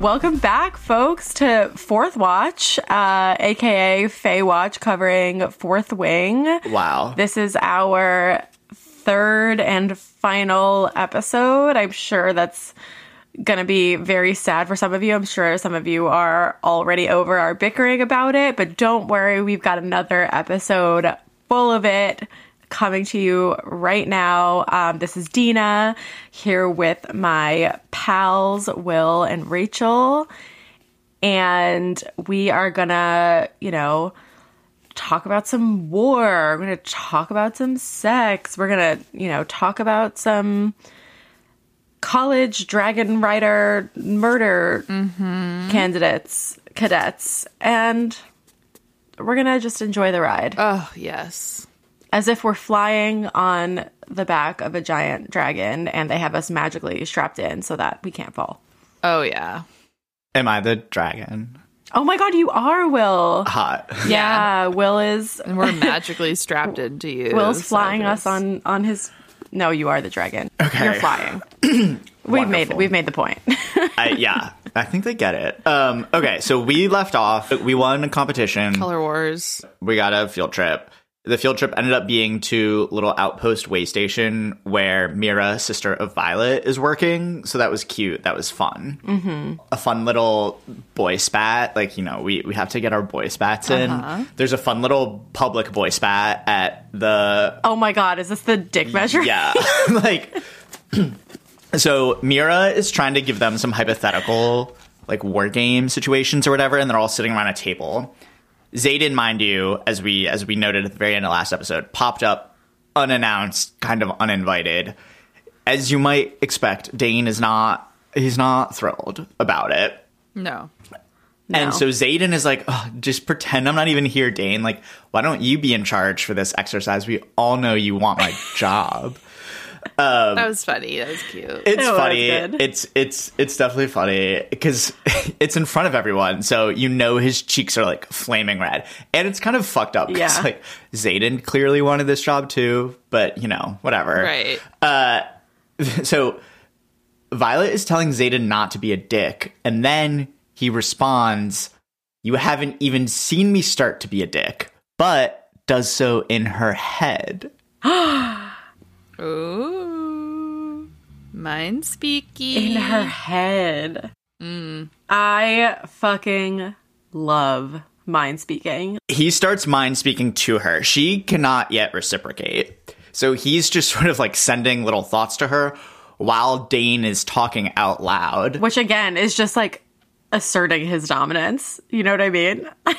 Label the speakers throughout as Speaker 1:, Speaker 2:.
Speaker 1: Welcome back, folks, to Fourth Watch, uh, aka Fay Watch, covering Fourth Wing.
Speaker 2: Wow.
Speaker 1: This is our third and final episode. I'm sure that's going to be very sad for some of you. I'm sure some of you are already over our bickering about it, but don't worry, we've got another episode full of it coming to you right now. Um, this is Dina here with my pals, Will and Rachel. And we are gonna, you know, talk about some war. We're going to talk about some sex. We're going to, you know, talk about some college dragon rider murder candidates, cadets, and we're going to just enjoy the ride
Speaker 3: Oh, yes.
Speaker 1: as if we're flying on the back of a giant dragon and they have us magically strapped in so that we can't fall.
Speaker 3: Oh, yeah.
Speaker 2: Am I the dragon?
Speaker 1: Oh my god, you are Will.
Speaker 2: Hot.
Speaker 1: Yeah, Will is
Speaker 3: And we're magically strapped into you.
Speaker 1: Will's
Speaker 3: so
Speaker 1: flying
Speaker 3: there's-
Speaker 1: us on on his. No, you are the dragon.
Speaker 2: Okay.
Speaker 1: you're flying. we've made
Speaker 2: Wonderful.
Speaker 1: we've made the point.
Speaker 2: I, yeah, I think they get it. Um, okay, so we left off. We won a competition.
Speaker 3: Color Wars.
Speaker 2: We got a field trip. The field trip ended up being to little outpost way station where Mira, sister of Violet, is working. So that was cute. That was fun. Mm-hmm. A fun little boy spat. Like you know, we we have to get our boy spats in. There's a fun little public boy spat at the
Speaker 1: oh my god, is this the dick measure?
Speaker 2: Yeah. like so Mira is trying to give them some hypothetical like war game situations or whatever, and they're all sitting around a table. Zayden, mind you, as we as we noted at the very end of last episode, popped up unannounced, kind of uninvited. As you might expect, Dane is not he's not thrilled about it.
Speaker 3: No.
Speaker 1: No.
Speaker 2: And so Zayden is like, "Ugh, just pretend I'm not even here, Dane. Like, why don't you be in charge for this exercise? We all know you want my job.
Speaker 3: that was funny. That was cute.
Speaker 2: it's
Speaker 1: It was
Speaker 2: funny.
Speaker 1: Oh, good.
Speaker 2: It's it's it's definitely funny because it's in front of everyone, so you know his cheeks are like flaming red, and it's kind of fucked up. 'cause,
Speaker 1: Yeah.
Speaker 2: like Zayden clearly wanted this job too, but you know whatever.
Speaker 3: right.
Speaker 2: So Violet is telling Zayden not to be a dick, and then he responds, "You haven't even seen me start to be a dick," but does so in her head.
Speaker 3: Ooh. Mind speaking.
Speaker 1: in her head. Hmm. I fucking love mind speaking.
Speaker 2: he starts mind speaking to her. She cannot yet reciprocate. So he's just sort of like sending little thoughts to her while Dane is talking out loud.
Speaker 1: which again is just like asserting his dominance. You know what I mean?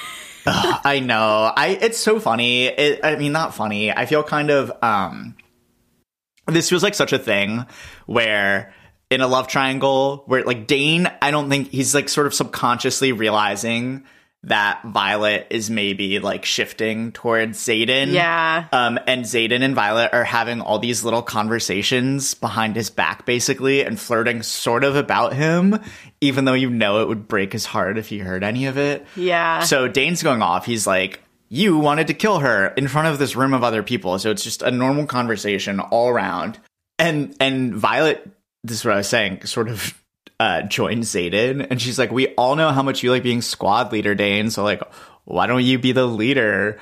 Speaker 2: I know. I it's so funny. It, I mean not funny. I feel kind of um this feels like such a thing where in a love triangle where like Dane, I don't think he's like sort of subconsciously realizing that Violet is maybe like shifting towards Zayden.
Speaker 1: Yeah.
Speaker 2: Um, and Zayden and Violet are having all these little conversations behind his back, basically, and flirting sort of about him, even though you know it would break his heart if he heard any of it.
Speaker 1: Yeah.
Speaker 2: So Dane's going off. He's like, You wanted to kill her in front of this room of other people. So it's just a normal conversation all around. And and Violet, this is what I was saying, sort of uh joins Zayden and she's like, We all know how much you like being squad leader, Dane, so like why don't you be the leader?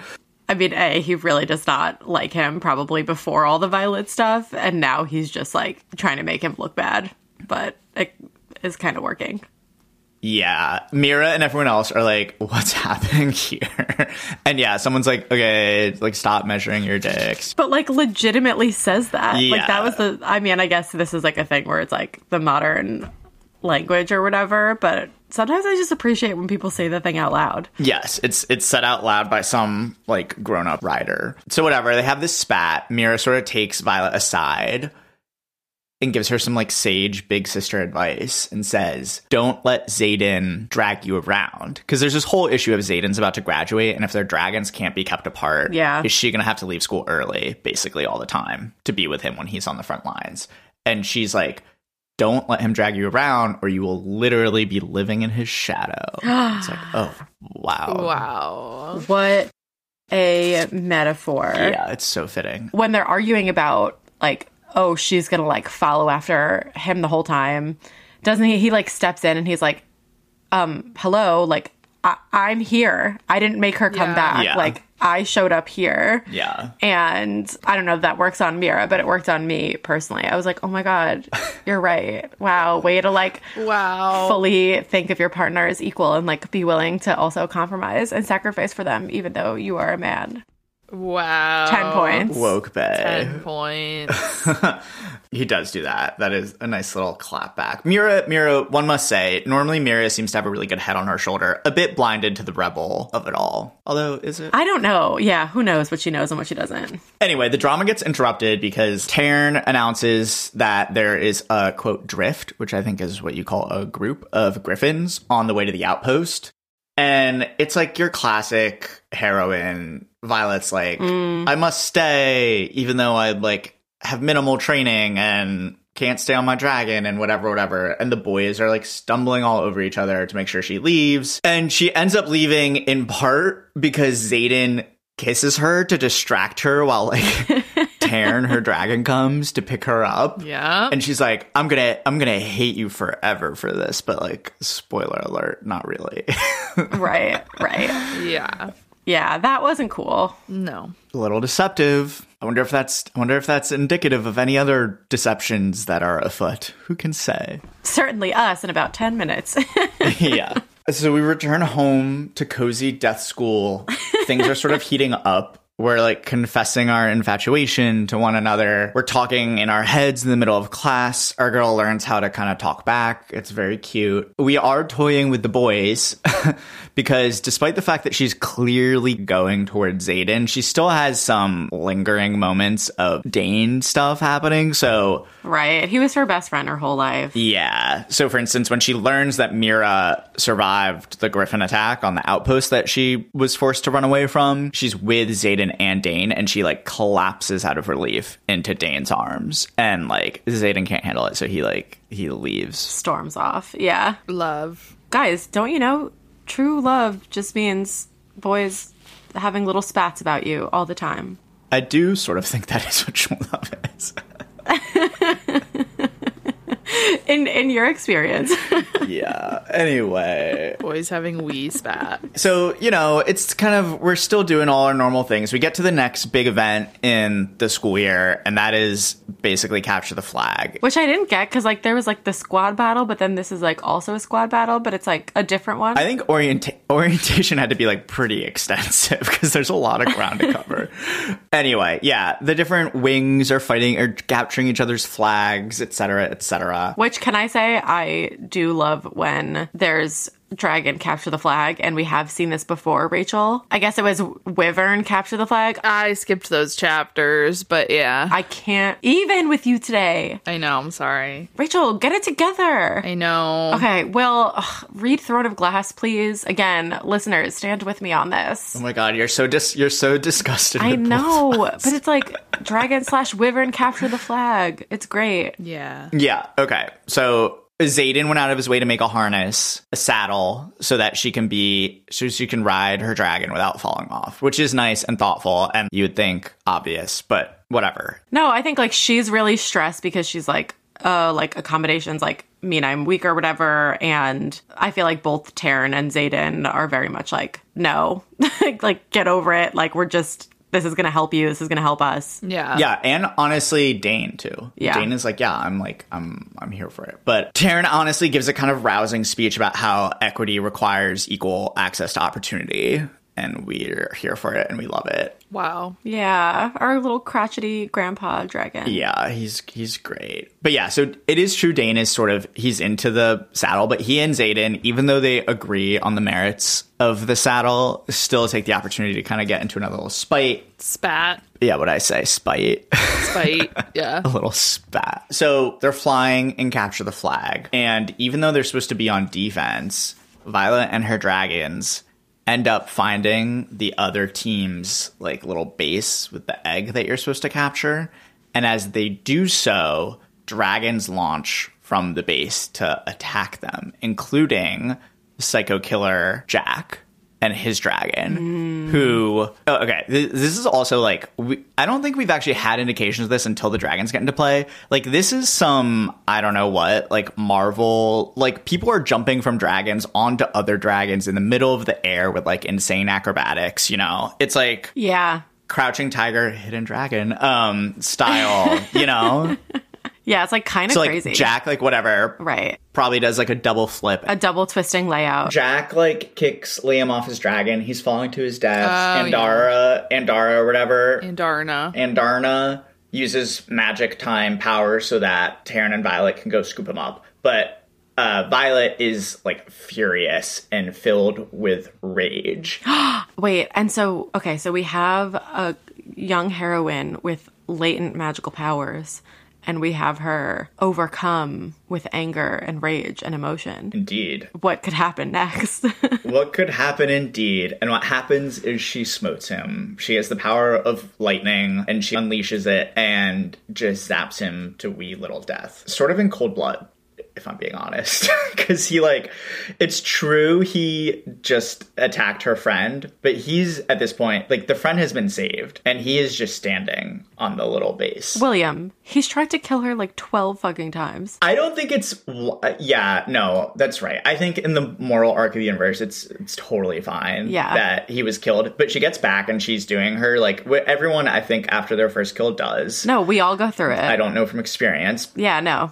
Speaker 1: I mean, A, he really does not like him probably before all the Violet stuff, and now he's just like trying to make him look bad, but it is kind of working.
Speaker 2: Yeah. Mira and everyone else are like, What's happening here? and yeah, someone's like, Okay, like stop measuring your dicks.
Speaker 1: But like legitimately says that.
Speaker 2: Yeah.
Speaker 1: Like that was the I mean, I guess this is like a thing where it's like the modern language or whatever, but sometimes I just appreciate when people say the thing out loud.
Speaker 2: Yes, it's it's said out loud by some like grown up writer. So whatever, they have this spat. Mira sort of takes Violet aside and gives her some like sage big sister advice and says, "Don't let Zayden drag you around because there's this whole issue of Zayden's about to graduate, and if their dragons can't be kept apart,
Speaker 1: Yeah.
Speaker 2: is she gonna have to leave school early basically all the time to be with him when he's on the front lines?" And she's like. Don't let him drag you around, or you will literally be living in his shadow. It's like, oh, wow.
Speaker 3: wow.
Speaker 1: What a metaphor.
Speaker 2: Yeah, it's so fitting.
Speaker 1: when they're arguing about like oh she's gonna like follow after him the whole time doesn't he he like steps in and he's like um, hello, like I- I'm here. I didn't make her come
Speaker 3: Yeah.
Speaker 1: back.
Speaker 2: Yeah.
Speaker 1: Like I showed up here.
Speaker 2: Yeah.
Speaker 1: And I don't know if that works on Mira, but it worked on me personally. I was like, oh my God, you're right. Wow. Way to like
Speaker 3: Wow.
Speaker 1: fully think of your partner as equal and like be willing to also compromise and sacrifice for them, even though you are a man.
Speaker 3: Wow.
Speaker 1: 10 points.
Speaker 2: Woke Bay.
Speaker 3: 10 points.
Speaker 2: He does do that. That is a nice little clap back. Mira, Mira, one must say, normally Mira seems to have a really good head on her shoulder, a bit blinded to the rebel of it all. Although, is it?
Speaker 1: I don't know. Yeah. Who knows what she knows and what she doesn't?
Speaker 2: Anyway, the drama gets interrupted because Tarn announces that there is a quote drift, which I think is what you call a group of griffins on the way to the outpost. And it's like your classic heroine. Violet's like,
Speaker 1: Mm-hmm. Mm.
Speaker 2: I must stay, even though I like have minimal training and can't stay on my dragon and whatever, whatever. And the boys are like stumbling all over each other to make sure she leaves. And she ends up leaving in part because Zayden kisses her to distract her while like Tarn, her dragon, comes to pick her up.
Speaker 3: Yeah.
Speaker 2: And she's like, I'm gonna I'm gonna hate you forever for this, but like spoiler alert, not really.
Speaker 1: Right. Right.
Speaker 3: yeah.
Speaker 1: Yeah. That wasn't cool.
Speaker 3: No.
Speaker 2: a little deceptive. I wonder if that's I wonder if that's indicative of any other deceptions that are afoot. Who can say?
Speaker 1: Certainly us in about 10 minutes.
Speaker 2: yeah. So we return home to cozy death school. Things are sort of heating up. We're like confessing our infatuation to one another. We're talking in our heads in the middle of class. Our girl learns how to kind of talk back. It's very cute. We are toying with the boys because despite the fact that she's clearly going towards Zayden, she still has some lingering moments of Dane stuff happening. So
Speaker 1: right. He was her best friend her whole life.
Speaker 2: yeah. So, for instance, when she learns that Mira survived the Griffin attack on the outpost that she was forced to run away from, she's with Zayden and Dane, and she like collapses out of relief into Dane's arms, and like Zayden can't handle it, so he like he leaves.
Speaker 1: Storms off. Yeah.
Speaker 3: Love.
Speaker 1: Guys, don't you know true love just means boys having little spats about you all the time?
Speaker 2: I do sort of think that is what true love is.
Speaker 1: In in your experience.
Speaker 2: yeah. Anyway.
Speaker 3: Boys having wee spat.
Speaker 2: So, you know, it's kind of, we're still doing all our normal things. We get to the next big event in the school year, and that is basically capture the flag.
Speaker 1: Which I didn't get because like there was like the squad battle, but then this is like also a squad battle, but it's like a different one.
Speaker 2: I think orienta- orientation had to be like pretty extensive because there's a lot of ground to cover. anyway, yeah, the different wings are fighting or capturing each other's flags, etc., cetera, etc. Cetera.
Speaker 1: Which can I say I do love when there's dragon capture the flag, and we have seen this before, Rachel. I guess it was Wyvern capture the flag.
Speaker 3: I skipped those chapters, but yeah.
Speaker 1: I can't even with you today.
Speaker 3: I, know. I'm sorry.
Speaker 1: Rachel, get it together.
Speaker 3: I know.
Speaker 1: Okay, well, ugh, read Throne of Glass, please. Again, listeners, stand with me on this.
Speaker 2: Oh my god, you're so dis- you're so disgusted.
Speaker 1: I
Speaker 2: with both of
Speaker 1: know,
Speaker 2: us.
Speaker 1: but it's like dragon slash wyvern capture the flag. It's great.
Speaker 3: Yeah.
Speaker 2: Yeah. Okay. So Zayden went out of his way to make a harness, a saddle, so that she can be so she can ride her dragon without falling off, which is nice and thoughtful, and you would think obvious, but whatever.
Speaker 1: No, I think like she's really stressed because she's like, uh, like accommodations like mean I'm weak or whatever. And I feel like both Taryn and Zayden are very much like, no, like, like get over it. Like we're just this is gonna help you. This is gonna help us.
Speaker 3: Yeah.
Speaker 2: Yeah, and honestly, Dane too.
Speaker 1: Yeah.
Speaker 2: Dane is like, yeah, I'm like, I'm, I'm here for it. But Taryn honestly gives a kind of rousing speech about how equity requires equal access to opportunity, and we're here for it, and we love it.
Speaker 3: Wow.
Speaker 1: Yeah, our little crotchety grandpa dragon.
Speaker 2: Yeah, he's he's great. But yeah, so it is true. Dane is sort of he's into the saddle, but he and Zayden, even though they agree on the merits of the saddle, still take the opportunity to kind of get into another little spite.
Speaker 3: Spat.
Speaker 2: Yeah, what I say, spite.
Speaker 3: Spite. Yeah.
Speaker 2: a little spat. So they're flying and capture the flag. And even though they're supposed to be on defense, Violet and her dragons end up finding the other team's like little base with the egg that you're supposed to capture. And as they do so, dragons launch from the base to attack them, including psycho killer Jack and his dragon, who oh, okay, th- this is also like we, I don't think we've actually had indications of this until the dragons get into play. Like this is some I don't know what like Marvel like people are jumping from dragons onto other dragons in the middle of the air with like insane acrobatics. You know, it's like
Speaker 1: Yeah.
Speaker 2: crouching tiger, hidden dragon um style. you know,
Speaker 1: Yeah, it's like kind of
Speaker 2: so like
Speaker 1: crazy.
Speaker 2: Jack like whatever
Speaker 1: right.
Speaker 2: probably does like a double flip
Speaker 1: A double twisting layout.
Speaker 2: Jack like kicks Liam off his dragon. He's falling to his death. Andara, Andara or whatever,
Speaker 3: And Darna.
Speaker 2: Andarna uses magic time power so that Taryn and Violet can go scoop him up. But uh, Violet is like furious and filled with rage.
Speaker 1: Wait, and so okay, so we have a young heroine with latent magical powers and we have her overcome with anger and rage and emotion.
Speaker 2: indeed,
Speaker 1: What could happen next?
Speaker 2: what could happen? Indeed, and what happens is she smotes him. She has the power of lightning, and she unleashes it and just zaps him to wee little death, sort of in cold blood. if I'm being honest. Because he, like, it's true he just attacked her friend, but he's at this point, like, the friend has been saved and he is just standing on the little base.
Speaker 1: William, he's tried to kill her like 12 fucking times.
Speaker 2: I don't think it's. w- uh, Yeah, no, that's right. I think in the moral arc of the universe, it's it's totally fine
Speaker 1: Yeah.
Speaker 2: that he was killed. But she gets back and she's doing her like what everyone I think after their first kill does.
Speaker 1: No, we all go through it.
Speaker 2: I don't know from experience.
Speaker 1: yeah, no.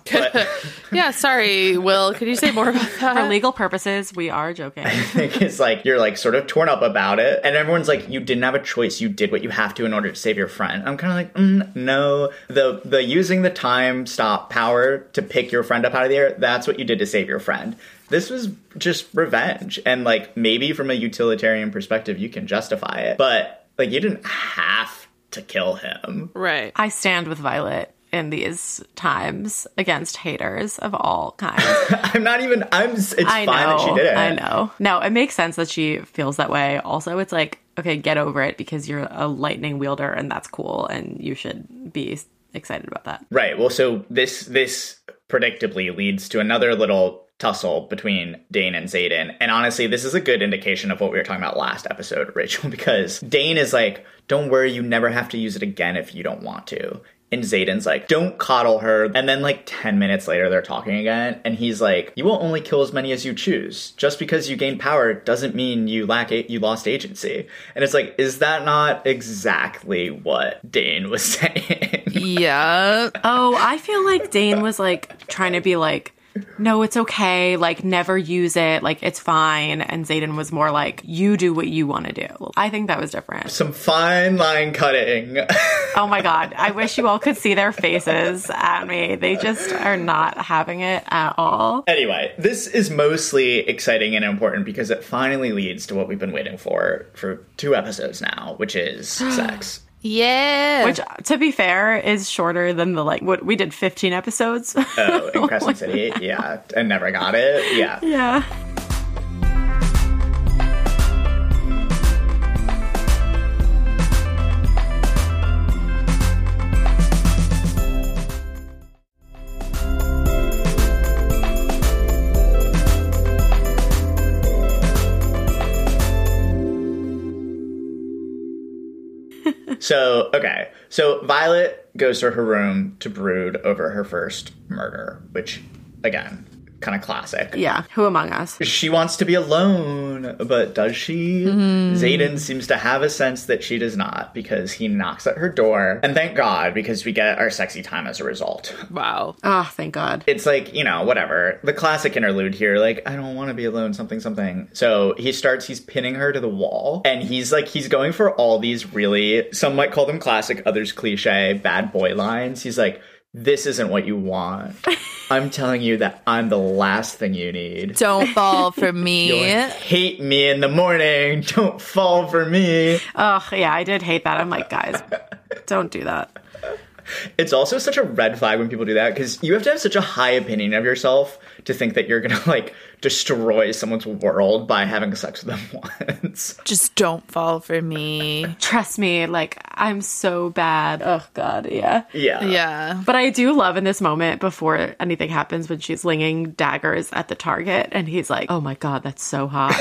Speaker 3: Yeah, sorry, Will. Could you say more about that?
Speaker 1: For legal purposes, we are joking.
Speaker 2: think it's like you're like sort of torn up about it, and everyone's like, you didn't have a choice. You did what you have to in order to save your friend. I'm kind of like, mm, no. The the using the time stop power to pick your friend up out of the air. That's what you did to save your friend. This was just revenge, and like maybe from a utilitarian perspective, you can justify it, but like you didn't have to kill him.
Speaker 3: right.
Speaker 1: I stand with Violet in these times against haters of all kinds.
Speaker 2: I'm not even. I'm. It's
Speaker 1: I
Speaker 2: fine
Speaker 1: know.
Speaker 2: that she did it.
Speaker 1: I know. No, it makes sense that she feels that way. Also, it's like, okay, get over it because you're a lightning wielder and that's cool and you should be excited about that.
Speaker 2: Right. Well, so this this predictably leads to another little tussle between Dane and Zayden. And honestly, this is a good indication of what we were talking about last episode, Rachel, because Dane is like, "Don't worry, you never have to use it again if you don't want to." And Zayden's like, "Don't coddle her." And then like 10 minutes later they're talking again, and he's like, "You will only kill as many as you choose. Just because you gain power doesn't mean you lack a- you lost agency." And it's like, "Is that not exactly what Dane was saying?"
Speaker 3: Yeah.
Speaker 1: Oh, I feel like Dane was like trying to be like, no, it's okay. Like, never use it. Like, it's fine. And Zayden was more like, you do what you want to do. I think that was different.
Speaker 2: some fine line cutting.
Speaker 1: Oh my god, I wish you all could see their faces at me. They just are not having it at all.
Speaker 2: anyway, this is mostly exciting and important because it finally leads to what we've been waiting for for two episodes now, which is sex.
Speaker 3: Yeah.
Speaker 1: Which to be fair is shorter than the like what we did 15 episodes.
Speaker 2: Oh, in Crescent City, yeah, and never got it. Yeah.
Speaker 1: yeah.
Speaker 2: So okay, so Violet goes to her room to brood over her first murder, which again, kind of classic.
Speaker 1: Yeah, who among us?
Speaker 2: She wants to be alone, but does she? Zayden seems to have a sense that she does not because he knocks at her door. And thank God, because we get our sexy time as a result.
Speaker 3: wow.
Speaker 1: Oh, thank god.
Speaker 2: It's like, you know, whatever. The classic interlude here, like, I don't want to be alone, something, something. So he starts, he's pinning her to the wall, and he's like, he's going for all these really, some might call them classic, others cliche, bad boy lines. He's like, this isn't what you want. I'm telling you that I'm the last thing you need.
Speaker 3: Don't fall for me.
Speaker 2: Hate me in the morning. Don't fall for me.
Speaker 1: Oh, yeah, I did hate that. I'm like, guys, don't do that.
Speaker 2: It's also such a red flag when people do that because you have to have such a high opinion of yourself to think that you're gonna like destroy someone's world by having sex with them once.
Speaker 3: Just don't fall for me.
Speaker 1: Trust me, like I'm so bad. Oh god, yeah.
Speaker 2: yeah.
Speaker 3: Yeah.
Speaker 1: But I do love in this moment before anything happens when she's slinging daggers at the target and he's like, "Oh my god, that's so hot."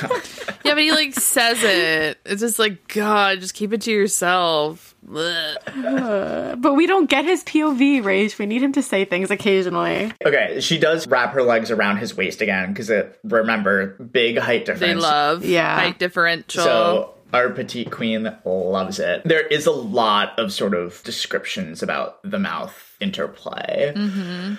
Speaker 2: God.
Speaker 3: Yeah, but he like says it. It's just like God, just keep it to yourself. Blech.
Speaker 1: But we don't get his POV, Rage. We need him to say things occasionally.
Speaker 2: Okay, she does wrap her legs around his waist again because remember big height
Speaker 3: They
Speaker 2: difference.
Speaker 3: love
Speaker 1: Yeah.
Speaker 3: height differential.
Speaker 2: So our petite queen loves it. There is a lot of sort of descriptions about the mouth interplay,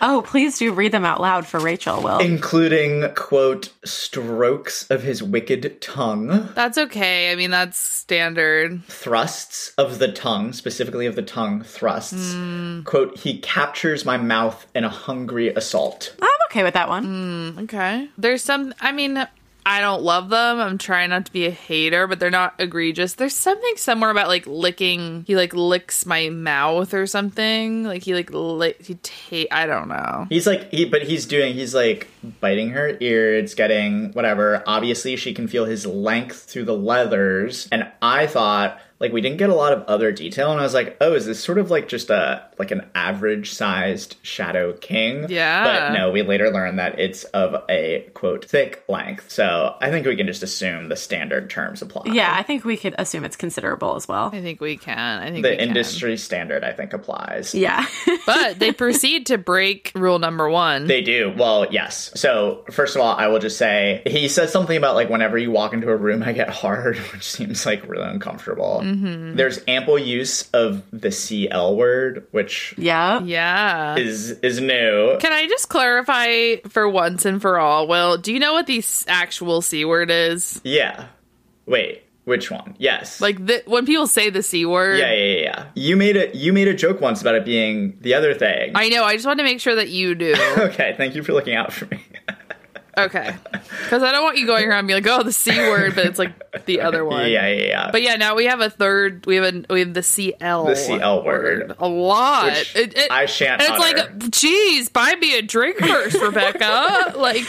Speaker 1: Oh, please do read them out loud for Rachel, Will.
Speaker 2: including quote strokes of his wicked tongue,
Speaker 3: That's okay. I mean, that's standard.
Speaker 2: thrusts of the tongue, specifically of the tongue thrusts. Quote, he captures my mouth in a hungry assault.
Speaker 1: I'm okay with that one.
Speaker 3: Okay. There's some. I mean, I don't love them. I'm trying not to be a hater, but they're not egregious. There's something somewhere about like licking. He like licks my mouth or something. Like he like lick. He ta- I don't know.
Speaker 2: He's like he but he's doing he's like biting her ear, it's getting whatever. Obviously she can feel his length through the leathers. And I thought like we didn't get a lot of other detail and I was like, "Oh, is this sort of like just a like an average-sized shadow king?"
Speaker 3: Yeah.
Speaker 2: But no, we later learned that it's of a quote thick length. So, I think we can just assume the standard terms apply.
Speaker 1: Yeah, I think we could assume it's considerable as well.
Speaker 3: I think we can. I think we
Speaker 2: The
Speaker 3: can.
Speaker 2: industry standard I think applies.
Speaker 1: Yeah.
Speaker 3: But they proceed to break rule number one.
Speaker 2: They do. Well, yes. So, first of all, I will just say he says something about like whenever you walk into a room, I get hard, which seems like really uncomfortable.
Speaker 3: Mm-hmm.
Speaker 2: There's ample use of the CL word, which
Speaker 1: yeah.
Speaker 3: yeah.
Speaker 2: is is new.
Speaker 3: Can I just clarify for once and for all? Well, do you know what the s- actual C word is?
Speaker 2: Yeah. Wait, which one? Yes.
Speaker 3: Like the, when people say the C word.
Speaker 2: yeah, yeah, yeah, yeah. You made a you made a joke once about it being the other thing.
Speaker 3: I know. I just want to make sure that you do.
Speaker 2: okay, thank you for looking out for me.
Speaker 3: Okay. Because I don't want you going around being like, oh, the C word, but it's like the other one.
Speaker 2: Yeah, yeah, yeah.
Speaker 3: But yeah, now we have a third. We have a we have the CL.
Speaker 2: The CL word.
Speaker 3: A lot.
Speaker 2: Which I shan't
Speaker 3: And it's
Speaker 2: utter.
Speaker 3: like, geez, buy me a drink first, Rebecca. like,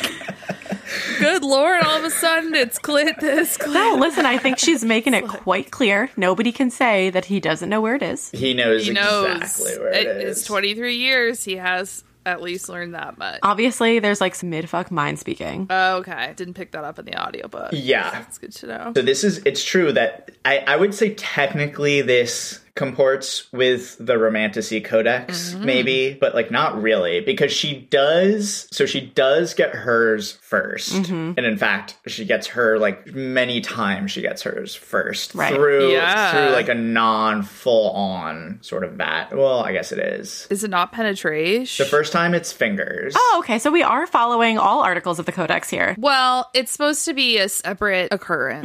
Speaker 3: good lord! All of a sudden, it's clit this. Clit.
Speaker 1: No, listen, I think she's making it quite clear. Nobody can say that he doesn't know where it is.
Speaker 2: he knows
Speaker 3: he knows
Speaker 2: exactly where
Speaker 3: it-
Speaker 2: it is.
Speaker 3: It's 23 years. He has at least learned that much.
Speaker 2: Um,
Speaker 1: Obviously, there's like some mid fuck mind speaking.
Speaker 3: Okay. Didn't pick that up in the audiobook.
Speaker 2: Yeah.
Speaker 3: That's good to know.
Speaker 2: So this is it's true that I, I would say technically this comports with the romanticy codex
Speaker 1: Mm-hmm.
Speaker 2: maybe but like not really because she does so she does get hers 1st
Speaker 1: Mm-hmm.
Speaker 2: and in fact she gets her like many times she gets hers first
Speaker 1: Right.
Speaker 2: through
Speaker 3: Yeah.
Speaker 2: through like a non full on sort of bat well i guess it is
Speaker 3: Is it not penetration?
Speaker 2: the first time it's fingers
Speaker 1: Oh, okay, so we are following all articles of the Codex here.
Speaker 3: well, it's supposed to be a separate occurrence.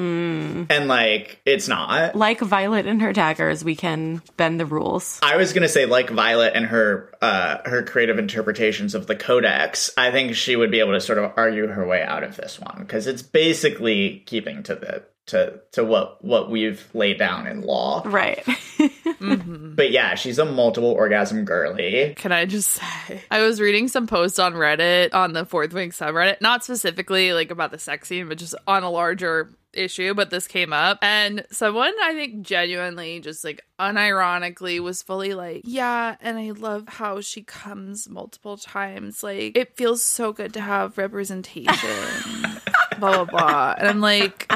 Speaker 2: and like it's not
Speaker 1: Like Violet and her daggers, we can bend the rules.
Speaker 2: I was gonna say like Violet and her uh, her creative interpretations of the Codex. I think she would be able to sort of argue her way out of this one because it's basically keeping to the to to what what we've laid down in law.
Speaker 1: Right.
Speaker 2: But yeah, she's a multiple orgasm girly.
Speaker 3: Can I just say? I was reading some posts on Reddit on the Fourth Wing subreddit, not specifically like about the sex scene, but just on a larger issue. But this came up, and someone I think genuinely, just like unironically, was fully like, Yeah, and I love how she comes multiple times. Like, it feels so good to have representation, blah, blah, blah. And I'm like,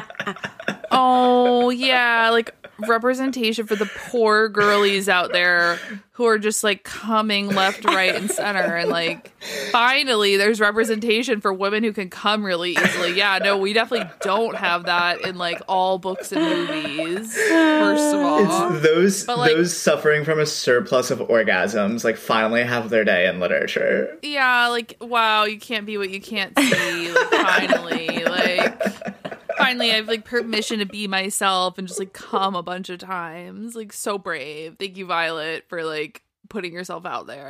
Speaker 3: Oh, yeah. Like representation for the poor girlies out there who are just like coming left, right, and center. And like, finally, there's representation for women who can come really easily. Yeah, no, we definitely don't have that in like all books and movies, first of all.
Speaker 2: Those
Speaker 3: like-
Speaker 2: those suffering from a surplus of orgasms like finally have their day in literature.
Speaker 3: Yeah, like, wow, you can't be what you can't see. Like, finally, like. Finally, I have like permission to be myself and just like come a bunch of times. Like, so brave. Thank you, Violet, for like putting yourself out there.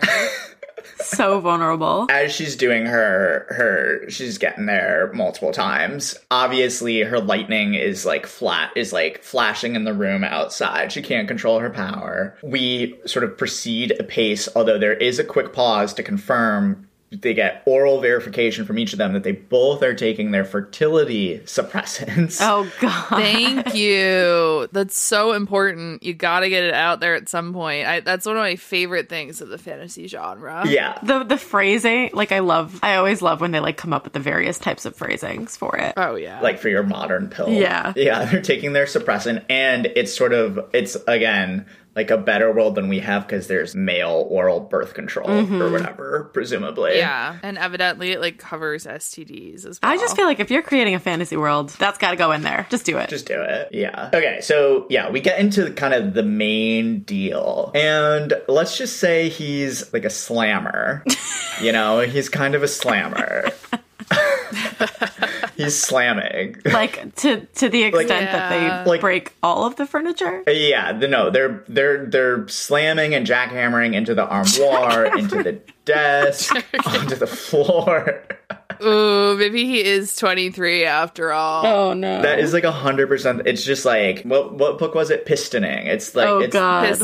Speaker 1: so vulnerable.
Speaker 2: as she's doing her her she's getting there multiple times obviously her lightning is like flat is like flashing in the room outside she can't control her power we sort of proceed apace although there is a quick pause to confirm they get oral verification from each of them that they both are taking their fertility suppressants.
Speaker 1: Oh god.
Speaker 3: Thank you. That's so important. You got to get it out there at some point. I, that's one of my favorite things of the fantasy genre.
Speaker 2: Yeah.
Speaker 1: the the phrasing, like I love I always love when they like come up with the various types of phrasings for it.
Speaker 3: Oh yeah.
Speaker 2: like for your modern pill.
Speaker 1: Yeah.
Speaker 2: Yeah, they're taking their suppressant and it's sort of it's again like a better world than we have because there's male oral birth control or whatever, presumably.
Speaker 3: yeah, and evidently it like covers STDs as well.
Speaker 1: I just feel like if you're creating a fantasy world, that's got to go in there. Just do it.
Speaker 2: Just do it. Yeah. Okay, so yeah, we get into kind of the main deal. And let's just say he's like a slammer. you know, he's kind of a slammer. he's slamming.
Speaker 1: like to to the extent that they
Speaker 2: like-
Speaker 1: break all of the furniture.
Speaker 2: Yeah, the, no, they're they're they're slamming and jackhammering into the armoire, into the desk, onto the floor.
Speaker 3: Ooh, maybe he is 23 after all.
Speaker 1: Oh no.
Speaker 2: That is like a hundred percent. It's just like what what book was it? Pistoning. It's like
Speaker 1: Oh,
Speaker 2: it's
Speaker 1: God.
Speaker 2: that's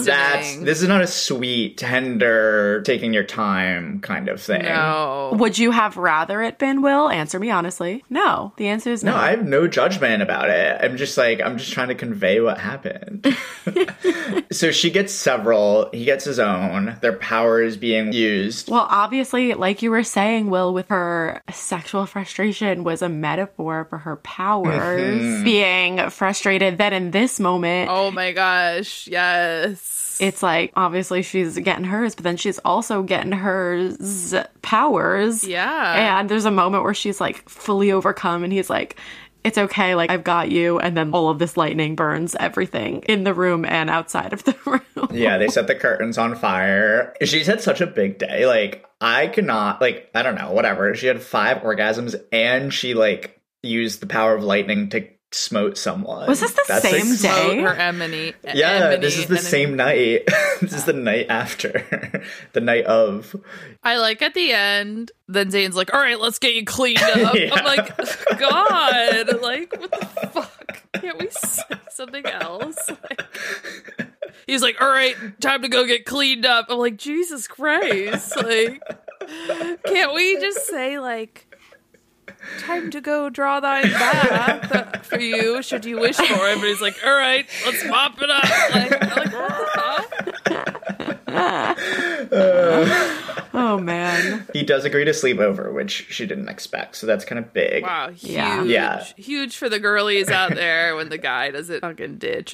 Speaker 3: Pistoning.
Speaker 2: this is not a sweet, tender, taking your time kind of thing.
Speaker 3: No.
Speaker 1: Would you have rather it been Will? Answer me honestly. No. The answer is no.
Speaker 2: No, I have no judgment about it. I'm just like I'm just trying to convey what happened. so she gets several. He gets his own. Their power is being used.
Speaker 1: well, obviously, like you were saying, Will, with her sexual frustration was a metaphor for her powers.
Speaker 2: Mm-hmm.
Speaker 1: Being frustrated that in this moment,
Speaker 3: Oh my gosh. Yes.
Speaker 1: it's like obviously she's getting hers, but then she's also getting hers powers.
Speaker 3: Yeah.
Speaker 1: And there's a moment where she's like fully overcome and he's like, it's okay, like I've got you. And then all of this lightning burns everything in the room and outside of the room.
Speaker 2: Yeah, they set the curtains on fire. She's had such a big day. Like, I cannot, like, I don't know, whatever. She had five orgasms and she, like, used the power of lightning to smote someone.
Speaker 1: Was this the same day?
Speaker 3: Float her E, emony.
Speaker 2: Yeah,
Speaker 3: emony,
Speaker 2: this is the
Speaker 3: enemy.
Speaker 2: same night. this is the night after, the night of.
Speaker 3: I like at the end, then Zane's like, all right, let's get you cleaned up.
Speaker 2: Yeah.
Speaker 3: I'm like, God, like, what the fuck? Can't we say something else? Like, he's like, all right, time to go get cleaned up. I'm like, Jesus Christ. Like, can't we just say, like, time to go draw thy bath for you, should you wish for it? But he's like, all right, let's mop it up. Like, I'm like, what the fuck?
Speaker 1: Oh man.
Speaker 2: He does agree to sleep over, which she didn't expect. So that's kind of big.
Speaker 3: Wow, huge,
Speaker 1: Yeah.
Speaker 2: Yeah.
Speaker 3: huge for the girlies out there when the guy doesn't fucking ditch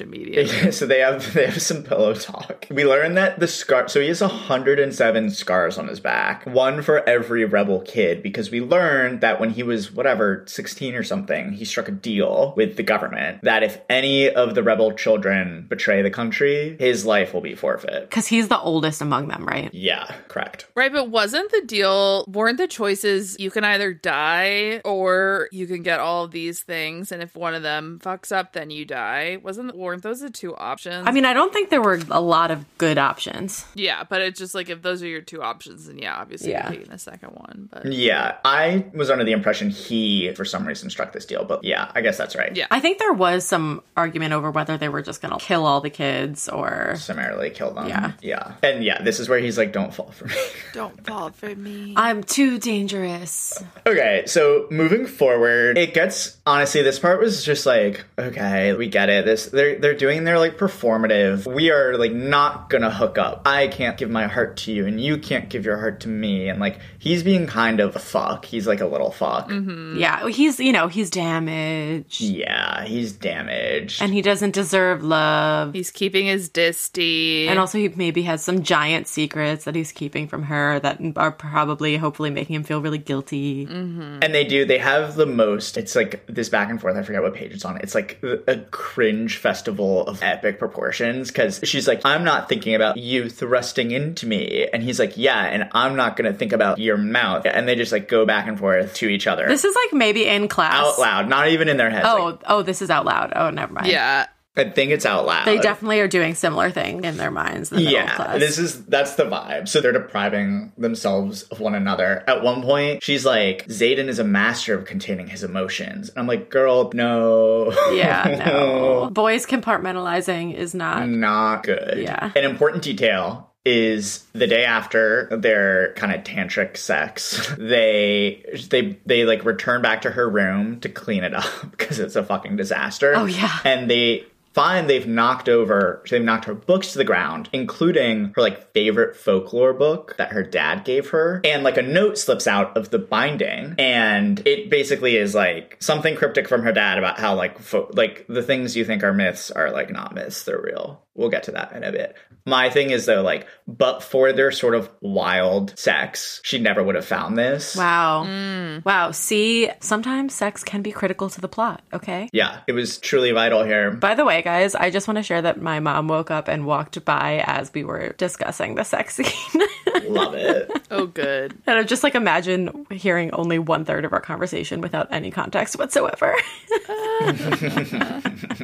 Speaker 3: immediately.
Speaker 2: so they have they have some pillow talk. We learn that the scar so he has 107 scars on his back, one for every rebel kid because we learned that when he was whatever 16 or something, he struck a deal with the government that if any of the rebel children betray the country, his life will be forfeit.
Speaker 1: Because he's the oldest among them, right?
Speaker 2: Yeah, correct.
Speaker 3: Right, but wasn't the deal weren't the choices you can either die or you can get all of these things and if one of them fucks up then you die? Wasn't weren't those the two options?
Speaker 1: I mean, I don't think there were a lot of good options.
Speaker 3: yeah, but it's just like if those are your two options then yeah, obviously
Speaker 1: Yeah.
Speaker 3: you're taking the second one. But
Speaker 2: Yeah, I was under the impression he for some reason struck this deal, but yeah, I guess that's right.
Speaker 3: Yeah.
Speaker 1: I think there was some argument over whether they were just going to kill all the kids or.
Speaker 2: Summarily kill them.
Speaker 1: Yeah.
Speaker 2: Yeah. And yeah, this is where he's like, don't fall for me.
Speaker 3: don't fall for me.
Speaker 1: I'm too dangerous.
Speaker 2: Okay, so moving forward, it gets honestly this part was just like, okay, we get it. This they're they're doing their like performative. We are like not gonna hook up. I can't give my heart to you, and you can't give your heart to me. And like he's being kind of a fuck. He's like a little fuck.
Speaker 1: Yeah, he's, you know, he's damaged
Speaker 2: Yeah, he's damaged.
Speaker 1: and he doesn't deserve love.
Speaker 3: He's keeping his disty.
Speaker 1: And also, he maybe has some giant secrets that he's keeping from her that are probably, hopefully, making him feel really guilty.
Speaker 2: Mm. And they do. They have the most. It's like this back and forth. I forget what page it's on. It's like a cringe festival of epic proportions because she's like, I'm not thinking about you thrusting into me. And he's like, Yeah, and I'm not going to think about your mouth. And they just like go back and forth to each other
Speaker 1: This is like maybe in class.
Speaker 2: out loud, not even in their heads.
Speaker 1: Oh,
Speaker 2: Like,
Speaker 1: oh, this is out loud. Oh, never mind.
Speaker 3: yeah.
Speaker 2: I think it's out loud.
Speaker 1: They definitely are doing similar thing in their minds. In the middle of
Speaker 2: Yeah,
Speaker 1: class.
Speaker 2: this is that's the vibe. So they're depriving themselves of one another. At one point, she's like, Zayden is a master of containing his emotions. And I'm like, girl, no.
Speaker 1: yeah, no. Boys compartmentalizing is not.
Speaker 2: Mm. Not good.
Speaker 1: Yeah.
Speaker 2: An important detail is the day after their kind of tantric sex they they they like return back to her room to clean it up because it's a fucking disaster
Speaker 1: Oh, yeah.
Speaker 2: and they find they've knocked over they've knocked her books to the ground including her like favorite folklore book that her dad gave her and like a note slips out of the binding and it basically is like something cryptic from her dad about how like fo- like the things you think are myths are like not myths they're real we'll get to that in a bit my thing is though like but for their sort of wild sex she never would have found this
Speaker 1: Wow.
Speaker 2: Mm.
Speaker 1: Wow. See, sometimes sex can be critical to the plot, okay?
Speaker 2: yeah it was truly vital here
Speaker 1: By the way, guys, I just want to share that my mom woke up and walked by as we were discussing the sex scene.
Speaker 2: love it
Speaker 3: Oh, good.
Speaker 1: and I'm just like, imagine hearing only one third of our conversation without any context whatsoever.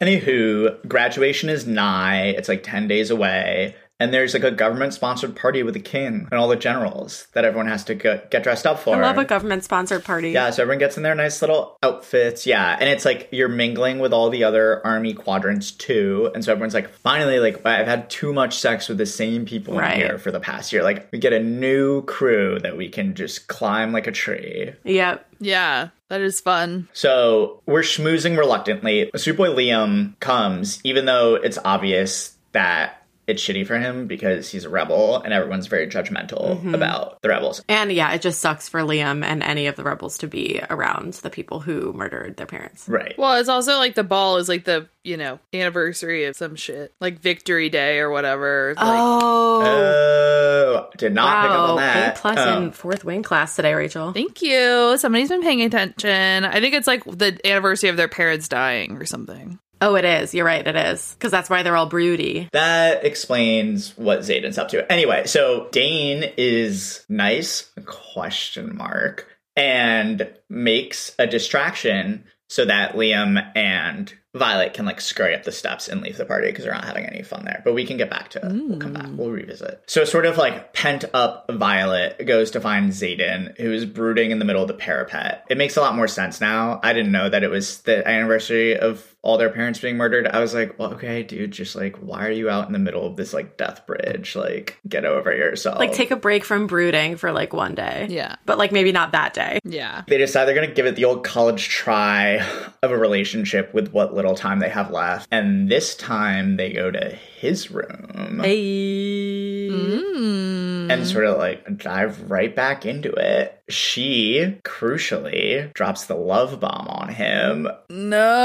Speaker 2: Anywho, graduation is nigh. It's like 10 days away. And there's like a government sponsored party with the king and all the generals that everyone has to go- get dressed up for.
Speaker 1: I love a government sponsored party.
Speaker 2: yeah, so everyone gets in their nice little outfits. Yeah. And it's like you're mingling with all the other army quadrants too. And so everyone's like, finally, like, I've had too much sex with the same people
Speaker 1: Right.
Speaker 2: in here for the past year. Like, we get a new crew that we can just climb like a tree.
Speaker 1: Yep.
Speaker 3: Yeah, that is fun.
Speaker 2: So we're schmoozing reluctantly. Superboy Liam comes, even though it's obvious that it's shitty for him because he's a rebel and everyone's very judgmental
Speaker 1: Mm-hmm.
Speaker 2: about the rebels.
Speaker 1: And yeah, it just sucks for Liam and any of the rebels to be around the people who murdered their parents.
Speaker 2: Right.
Speaker 3: Well, it's also like the ball is like the, you know, anniversary of some shit, like Victory Day or whatever. Like,
Speaker 1: Oh.
Speaker 2: oh, did uh, not pick up
Speaker 1: Wow,
Speaker 2: on
Speaker 1: A
Speaker 2: that.
Speaker 1: plus
Speaker 2: Oh.
Speaker 1: in fourth wing class today, Rachel.
Speaker 3: Thank you. Somebody's been paying attention. I think it's like the anniversary of their parents dying or something.
Speaker 1: Oh, it is. You're right. It is because that's why they're all broody.
Speaker 2: That explains what Zayden's up to. Anyway, so Dane is nice question mark and makes a distraction so that Liam and Violet can like scurry up the steps and leave the party because they're not having any fun there. But we can get back to it. We'll come back. We'll revisit. So sort of like pent up Violet goes to find Zayden, who is brooding in the middle of the parapet. It makes a lot more sense now. I didn't know that it was the anniversary of all their parents being murdered. I was like, well, okay, dude, just like, why are you out in the middle of this like death bridge? Like, get over yourself.
Speaker 1: Like take a break from brooding for like one day.
Speaker 3: Yeah.
Speaker 1: But like maybe not that day.
Speaker 3: Yeah.
Speaker 2: they decide they're going to give it the old college try of a relationship with what little time they have left. And this time they go to his room
Speaker 1: Hey.
Speaker 3: Mm.
Speaker 2: and sort of like dive right back into it. She, crucially, drops the love bomb on him.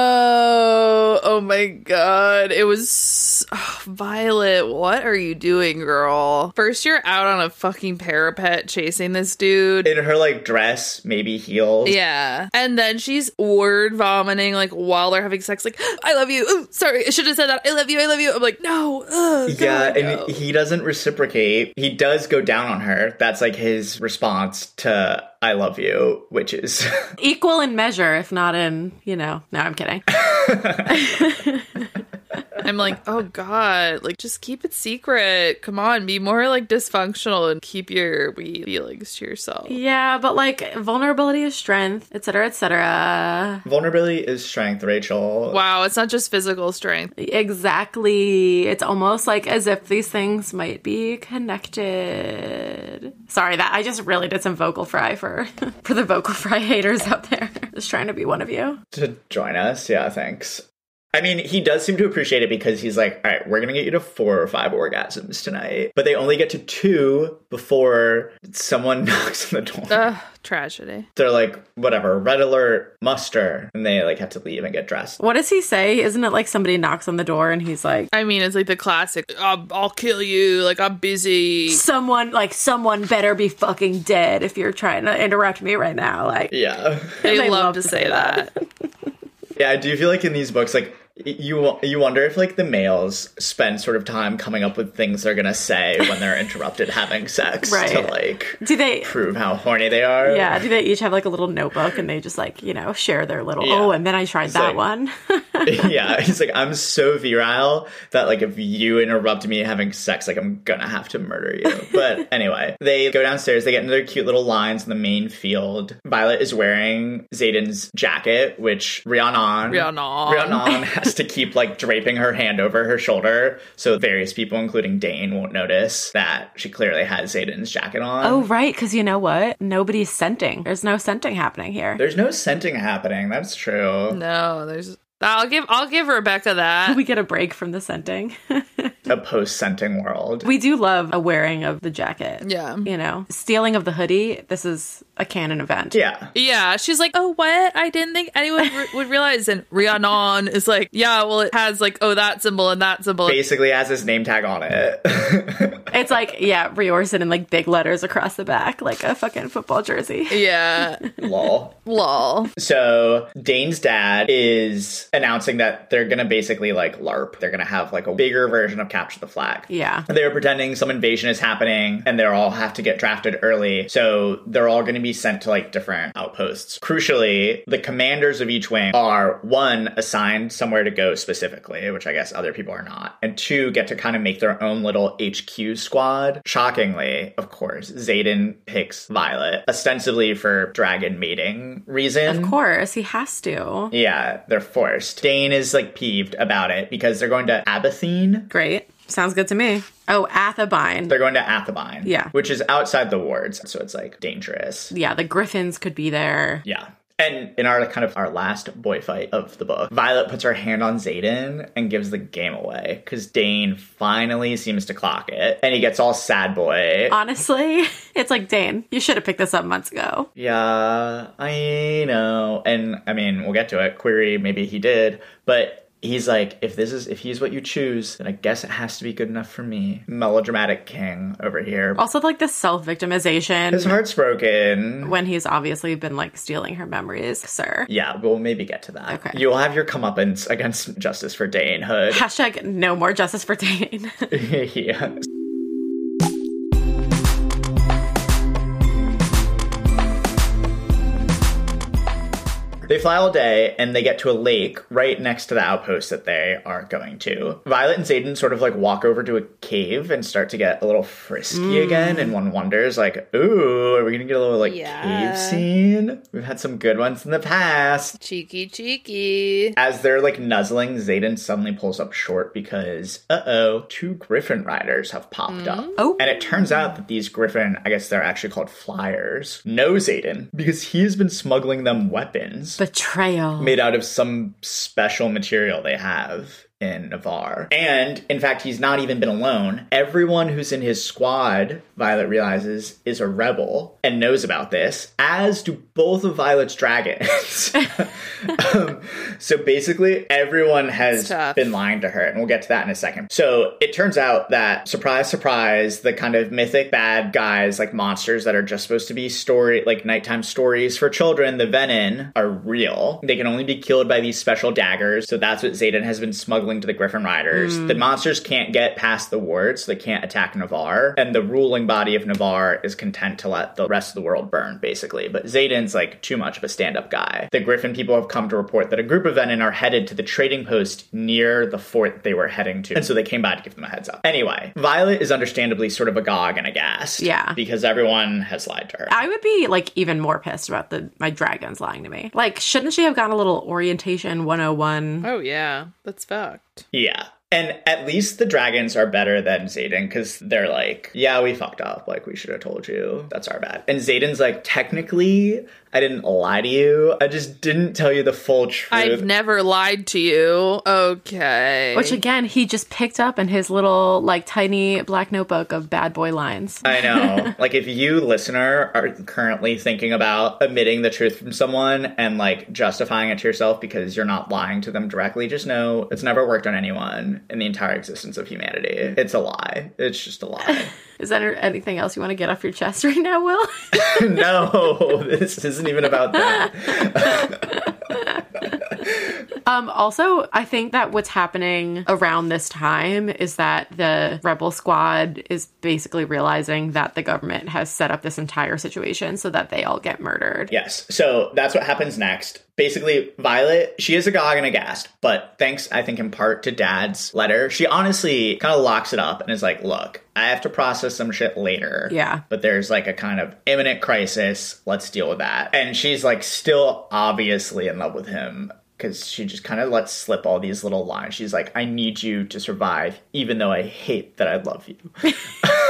Speaker 3: No. Oh my God. It was Ugh, Violet. What are you doing, girl? First, you're out on a fucking parapet chasing this dude.
Speaker 2: In her like dress, maybe heels.
Speaker 3: yeah. And then she's word vomiting like while they're having sex, like, I love you. Ooh, sorry, I should have said that. I love you. I love you. I'm like, no. Ugh,
Speaker 2: Yeah,
Speaker 3: God, no.
Speaker 2: and he doesn't reciprocate. He does go down on her. That's like his response to I love you, which is
Speaker 1: Equal in measure, if not in, you know. No, I'm kidding.
Speaker 3: I'm like, oh God, like just keep it secret. Come on, be more like dysfunctional and keep your wee feelings to yourself.
Speaker 1: yeah, but like vulnerability is strength, et cetera, et cetera.
Speaker 2: vulnerability is strength, Rachel.
Speaker 3: Wow, it's not just physical strength.
Speaker 1: Exactly. It's almost like as if these things might be connected. Sorry that I just really did some vocal fry for for the vocal fry haters out there. Just trying to be one of you.
Speaker 2: to join us. Yeah, thanks. I mean, he does seem to appreciate it because he's like, all right, we're going to get you to four or five orgasms tonight. But they only get to two before someone knocks on the door.
Speaker 3: Ugh, tragedy.
Speaker 2: They're like, whatever, red alert, muster. And they like have to leave and get dressed.
Speaker 1: What does he say? Isn't it like somebody knocks on the door and he's like,
Speaker 3: I mean, it's like the classic. I'll, I'll kill you. Like I'm busy.
Speaker 1: someone like someone better be fucking dead if you're trying to interrupt me right now like
Speaker 2: Yeah.
Speaker 3: They,
Speaker 1: They
Speaker 3: love, to say that.
Speaker 2: yeah, I do feel like in these books, like, y- you you wonder if like the males spend sort of time coming up with things they're gonna say when they're interrupted having sex to
Speaker 1: Right.
Speaker 2: like
Speaker 1: do they
Speaker 2: prove how horny they are.
Speaker 1: yeah do they each have like a little notebook and they just like you know share their little
Speaker 2: Yeah.
Speaker 1: oh and then i tried that
Speaker 2: like-
Speaker 1: one
Speaker 2: yeah, he's like, I'm so virile that like if you interrupt me having sex, like I'm gonna have to murder you. But anyway, they go downstairs. They get into their cute little lines in the main field. Violet is wearing Zayden's jacket, which Rhiannon
Speaker 3: Rhiannon.
Speaker 1: Um,
Speaker 2: Rhiannon has to keep like draping her hand over her shoulder so various people, including Dane, won't notice that she clearly has Zayden's jacket on.
Speaker 1: Oh, right. Because you know what? Nobody's scenting. There's no scenting happening here.
Speaker 2: There's no scenting happening. That's true.
Speaker 1: Mm.
Speaker 3: No, there's. I'll give I'll give Rebecca that.
Speaker 1: we get a break from the scenting.
Speaker 2: A post scenting world.
Speaker 1: we do love a wearing of the jacket.
Speaker 3: Yeah.
Speaker 1: You know, stealing of the hoodie. This is a canon event.
Speaker 2: yeah.
Speaker 3: Yeah, she's like, oh, what? I didn't think anyone re- would realize. And Rhiannon is like, yeah, well, it has like, oh, that symbol and that symbol.
Speaker 2: basically has his name tag on it.
Speaker 1: It's like, yeah, Riordan in like big letters across the back, like a fucking football jersey.
Speaker 3: Yeah,
Speaker 2: Lol.
Speaker 3: lol.
Speaker 2: So Dane's dad is announcing that they're gonna basically like LARP. They're gonna have like a bigger version of Capture the Flag.
Speaker 1: Yeah.
Speaker 2: They're pretending some invasion is happening and they're all have to get drafted early. So they're all going to be sent to like different outposts. Crucially, the commanders of each wing are one assigned somewhere to go specifically, which I guess other people are not, and two get to kind of make their own little HQ squad. Shockingly, of course, Zayden picks Violet, ostensibly for dragon mating reason.
Speaker 1: Of course, he has to.
Speaker 2: Yeah, they're forced. Dane is like peeved about it because they're going to Abathene.
Speaker 1: Great. Sounds good to me. Oh, Athabine.
Speaker 2: They're going to Athabine.
Speaker 1: Yeah.
Speaker 2: Which is outside the wards, so it's like dangerous.
Speaker 1: Yeah, the Griffins could be there.
Speaker 2: Yeah. And in our kind of our last boy fight of the book, Violet puts her hand on Zayden and gives the game away because Dane finally seems to clock it, and he gets all sad boy.
Speaker 1: Honestly, it's like Dane, you should have picked this up months ago.
Speaker 2: yeah, I know. And I mean, we'll get to it. Query, maybe he did, but he's like, if this is if he's what you choose, then I guess it has to be good enough for me. Melodramatic king over here.
Speaker 1: Also, like the self
Speaker 2: His
Speaker 1: victimization
Speaker 2: heart's broken.
Speaker 1: when he's obviously been like stealing her memories, sir.
Speaker 2: Yeah, we'll maybe get to that.
Speaker 1: Okay.
Speaker 2: You'll have your comeuppance against Justice for Dane Hood.
Speaker 1: Hashtag no more justice for Dane.
Speaker 2: yeah. They fly all day and they get to a lake right next to the outpost that they are going to. Violet and Zayden sort of like walk over to a cave and start to get a little frisky again. And one wonders, like, ooh, are we going to get a little like
Speaker 3: Yeah.
Speaker 2: cave scene? We've had some good ones in the past.
Speaker 3: Cheeky, cheeky.
Speaker 2: As they're like nuzzling, Zayden suddenly pulls up short because, uh oh, two griffin riders have popped up.
Speaker 1: Oh.
Speaker 2: And it turns out that these griffin, I guess they're actually called flyers, know Zayden because he has been smuggling them weapons
Speaker 1: Betrayal.
Speaker 2: made out of some special material they have in Navarre. And in fact, he's not even been alone. Everyone who's in his squad, Violet realizes, is a rebel and knows about this, as do both of Violet's dragons. Um, so basically, everyone has
Speaker 3: It's tough.
Speaker 2: been lying to her, and we'll get to that in a second. So it turns out that, surprise, surprise, the kind of mythic bad guys, like monsters that are just supposed to be story, like nighttime stories for children, the Venom, are real. They can only be killed by these special daggers. So that's what Zayden has been smuggling to the Griffin Riders.
Speaker 3: Hmm.
Speaker 2: The monsters can't get past the wards, so they can't attack Navarre. And the ruling body of Navarre is content to let the rest of the world burn, basically. But Zayden's like too much of a stand up guy. The Griffin people have come to report that a group of Venom are headed to the trading post near the fort they were heading to. And so they came by to give them a heads up. Anyway, Violet is understandably sort of agog and aghast.
Speaker 1: Yeah.
Speaker 2: Because everyone has lied to her.
Speaker 1: I would be like even more pissed about the my dragons lying to me. Like, shouldn't she have gotten a little orientation 101?
Speaker 3: Oh, yeah. That's fucked.
Speaker 2: Yeah. And at least the dragons are better than Zayden because they're like, yeah, we fucked up. Like, we should have told you. That's our bad. And Zayden's like, technically, I didn't lie to you. I just didn't tell you the full truth.
Speaker 3: I've never lied to you. Okay.
Speaker 1: Which again, he just picked up in his little like tiny black notebook of bad boy lines.
Speaker 2: I know. like, if you, listener, are currently thinking about admitting the truth from someone and like justifying it to yourself because you're not lying to them directly, just know it's never worked on anyone in the entire existence of humanity. It's a lie. It's just a lie.
Speaker 1: Is there anything else you want to get off your chest right now, Will?
Speaker 2: no, this isn't even about that.
Speaker 1: Um, also, I think that what's happening around this time is that the rebel squad is basically realizing that the government has set up this entire situation so that they all get murdered.
Speaker 2: Yes. So that's what happens next. Basically, Violet, she is a gog and aghast, but thanks, I think, in part to Dad's letter, she honestly kind of locks it up and is like, look, I have to process some shit later.
Speaker 1: Yeah.
Speaker 2: But there's like a kind of imminent crisis. Let's deal with that. And she's like still obviously in love with him because she just kind of lets slip all these little lines. She's like, I need you to survive, even though I hate that I love you.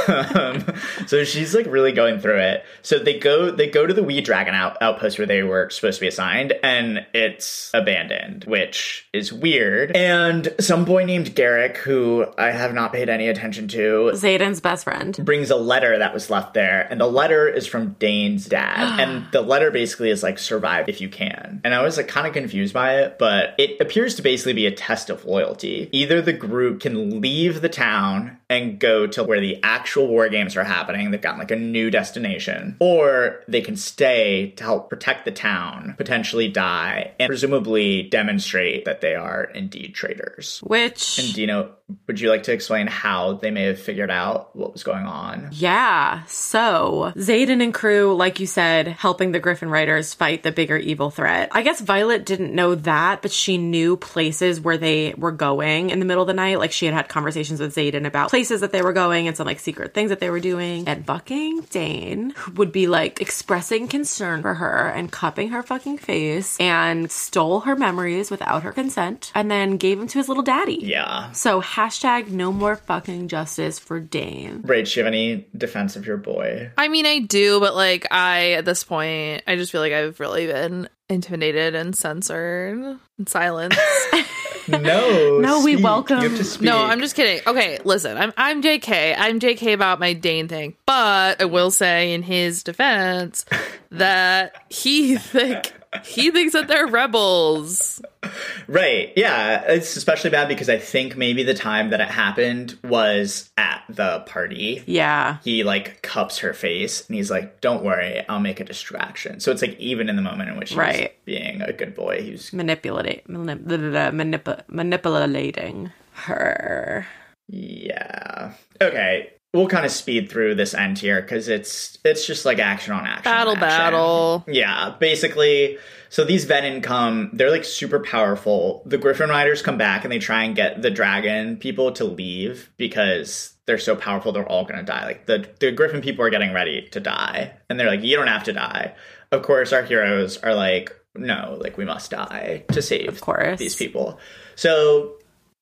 Speaker 2: um, so she's like really going through it. So they go they go to the wee dragon out, outpost where they were supposed to be assigned, and it's abandoned, which is weird. And some boy named Garrick, who I have not paid any attention to,
Speaker 1: Zayden's best friend.
Speaker 2: brings a letter that was left there, and the letter is from Dane's dad. and the letter basically is like, survive if you can. And I was like kind of confused by it, but it appears to basically be a test of loyalty. Either the group can leave the town and go to where the actual war games are happening, they've got like a new destination, or they can stay to help protect the town, potentially die, and presumably demonstrate that they are indeed traitors.
Speaker 1: Which
Speaker 2: Dino, would you like to explain how they may have figured out what was going on?
Speaker 1: Yeah. So Zayden and crew, like you said, helping the Griffin Riders fight the bigger evil threat. I guess Violet didn't know that, but she knew places where they were going in the middle of the night. Like she had had conversations with Zayden about places that they were going and some like secret things that they were doing. And fucking Dane would be like expressing concern for her and cupping her fucking face and stole her memories without her consent and then gave them to his little daddy.
Speaker 2: Yeah.
Speaker 1: So hashtag no more fucking justice for Dane.
Speaker 2: Rach, do you have any defense of your boy?
Speaker 3: I mean, I do, but like, I at this point, I just feel like I've really been intimidated and censored and silenced.
Speaker 2: No.
Speaker 1: No, we
Speaker 2: speak.
Speaker 1: welcome-
Speaker 2: You have to speak.
Speaker 3: no, I'm just kidding. Okay, listen, I'm I'm JK. I'm JK about my Dane thing, but I will say in his defense that he think he thinks that they're rebels.
Speaker 2: Right. Yeah. It's especially bad because I think maybe the time that it happened was at the party.
Speaker 1: Yeah.
Speaker 2: He like cups her face and he's like, Don't worry, I'll make a distraction. So it's like even in the moment in which he's
Speaker 1: Right.
Speaker 2: being a good boy, he's
Speaker 1: Manipulate, manip- blah, blah, blah, manip- manipulating her.
Speaker 2: Yeah. Okay. We'll kind of speed through this end here because it's it's just like action on action. on
Speaker 3: Battle,
Speaker 2: action.
Speaker 3: battle.
Speaker 2: Yeah, basically. So these Venom come. They're like super powerful. The Griffin Riders come back and they try and get the dragon people to leave because they're so powerful. They're all gonna die. Like the the Griffin people are getting ready to die, and they're like, "You don't have to die." Of course, our heroes are like, "No, like we must die to save
Speaker 1: Of course.
Speaker 2: these people." So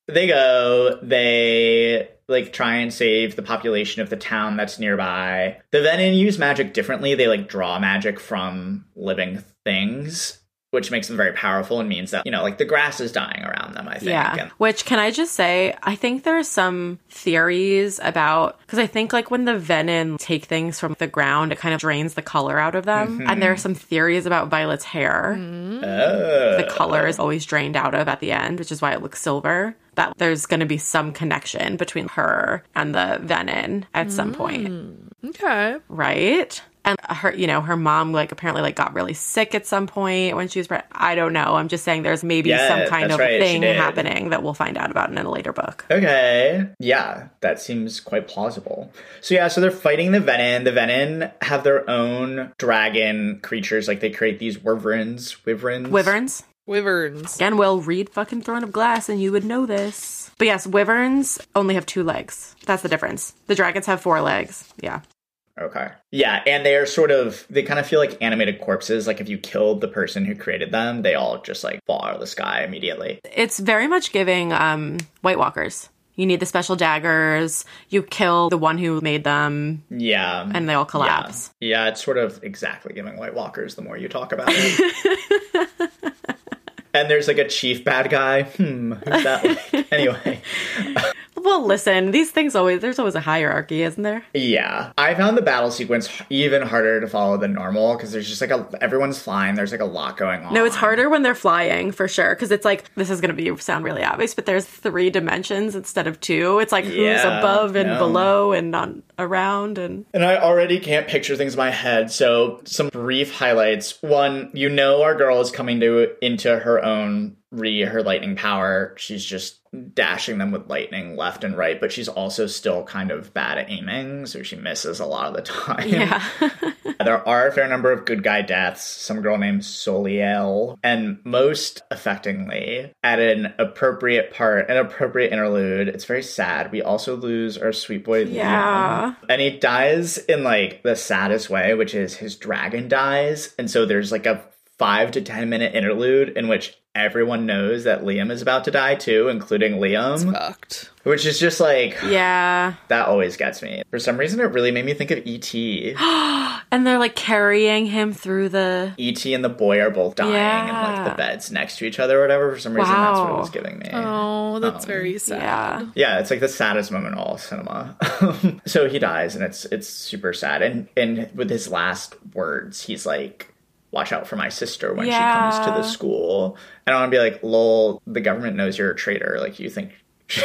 Speaker 2: they go they like try and save the population of the town that's nearby the venom use magic differently they like draw magic from living things which makes them very powerful and means that you know like the grass is dying around them i think
Speaker 1: Yeah.
Speaker 2: And-
Speaker 1: Which can I just say, I think there's some theories about because I think like when the venom take things from the ground, it kind of drains the color out of them.
Speaker 2: Mm-hmm.
Speaker 1: And there are some theories about Violet's hair.
Speaker 2: Mm.
Speaker 1: Mm. The
Speaker 2: oh.
Speaker 1: color is always drained out of at the end, which is why it looks silver. That there's going to be some connection between her and the venom at
Speaker 2: Mm.
Speaker 1: some point.
Speaker 3: Okay.
Speaker 1: right and her you know her mom like apparently like got really sick at some point when she was pregnant i don't know i'm just saying there's maybe
Speaker 2: Yeah,
Speaker 1: some kind
Speaker 2: that's
Speaker 1: of
Speaker 2: right, she
Speaker 1: thing
Speaker 2: did.
Speaker 1: happening that we'll find out about in a later book
Speaker 2: okay yeah that seems quite plausible so yeah so they're fighting the venom the venom have their own dragon creatures like they create these wyverns wyverns
Speaker 1: wyverns
Speaker 3: Wyverns.
Speaker 1: again will read fucking throne of glass and you would know this but yes wyverns only have two legs that's the difference the dragons have four legs yeah
Speaker 2: Okay. Yeah, and they are sort of they kind of feel like animated corpses. Like if you killed the person who created them, they all just like fall out of the sky immediately.
Speaker 1: it's very much giving um white walkers you need the special daggers you kill the one who made them
Speaker 2: Yeah.
Speaker 1: and they all
Speaker 2: yeah.
Speaker 1: collapse
Speaker 2: yeah, it's sort of exactly giving White Walkers the more you talk about it. and there's like a chief bad guy. Hmm, who's that like? Anyway.
Speaker 1: well listen these things always there's always a hierarchy isn't there
Speaker 2: Yeah, I found the battle sequence h- even harder to follow than normal because there's just like a everyone's flying. There's like a lot going on.
Speaker 1: No, it's harder when they're flying for sure because it's like this is going to be sound really obvious, but there's three dimensions instead of two. It's like who's
Speaker 2: Yeah,
Speaker 1: above and
Speaker 2: no.
Speaker 1: below and on around and
Speaker 2: And I already can't picture things in my head, so some brief highlights. One, you know our girl is coming to into her own Re her lightning power, she's just dashing them with lightning left and right, but she's also still kind of bad at aiming, so she misses a lot of the time.
Speaker 1: Yeah.
Speaker 2: There are a fair number of good guy deaths, some girl named Soliel, and most affectingly, at an appropriate part, an appropriate interlude, it's very sad. We also lose our sweet boy
Speaker 1: Yeah.
Speaker 2: Leon. And he dies in like the saddest way, which is his dragon dies. And so there's like a five to ten minute interlude in which everyone knows that Liam is about to die too, including Liam.
Speaker 3: Fucked.
Speaker 2: Which is just like
Speaker 1: yeah.
Speaker 2: that always gets me. For some reason it really made me think of E E.T.
Speaker 1: And they're like carrying him through the.
Speaker 2: ET E and the boy are both dying in
Speaker 1: Yeah.
Speaker 2: like the beds next to each other or whatever. For some reason, that's what it
Speaker 1: Wow.
Speaker 2: was giving me.
Speaker 3: Oh, that's very sad.
Speaker 1: Yeah.
Speaker 2: Yeah, it's like the saddest moment in all of cinema. so he dies, and it's it's super sad. And and with his last words, he's like, "Watch out for my sister when she comes to the
Speaker 1: Yeah.
Speaker 2: school." And I want to be like, "Lol, the government knows you're a traitor. Like you think." you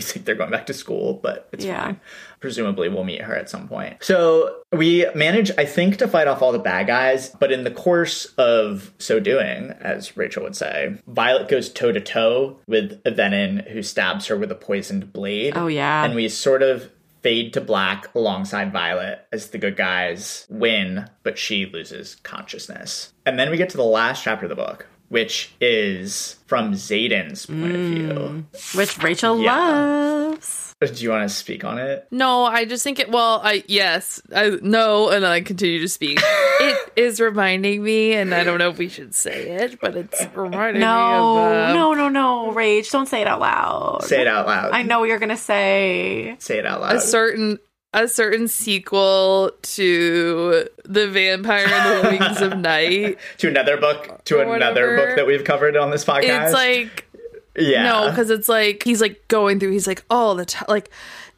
Speaker 2: think they're going back to school, but it's
Speaker 1: Yeah.
Speaker 2: fine. Presumably, we'll meet her at some point. So, we manage, I think, to fight off all the bad guys, but in the course of so doing, as Rachel would say, Violet goes toe to toe with Venon, who stabs her with a poisoned blade.
Speaker 1: Oh, yeah.
Speaker 2: And we sort of fade to black alongside Violet as the good guys win, but she loses consciousness. And then we get to the last chapter of the book, which is from Zayden's point
Speaker 1: Hmm.
Speaker 2: of
Speaker 1: Which Rachel
Speaker 2: Yeah.
Speaker 1: loves.
Speaker 2: view. Do you want to speak on it?
Speaker 3: No, I just think it. Well, I yes, I no, and I continue to speak. it is reminding me, and I don't know if we should say it, but it's reminding
Speaker 1: No,
Speaker 3: me of um,
Speaker 1: no, no, no, Rage. Don't say it out loud.
Speaker 2: Say it out loud.
Speaker 1: I know what you're going to say.
Speaker 2: Say it out
Speaker 3: a
Speaker 2: loud.
Speaker 3: certain a certain sequel to the Vampire in the Wings of Night.
Speaker 2: to another book, to
Speaker 3: Or
Speaker 2: another
Speaker 3: whatever.
Speaker 2: book that we've covered on this podcast.
Speaker 3: It's like
Speaker 2: yeah.
Speaker 3: No, because it's like he's like going through. He's like all the time, like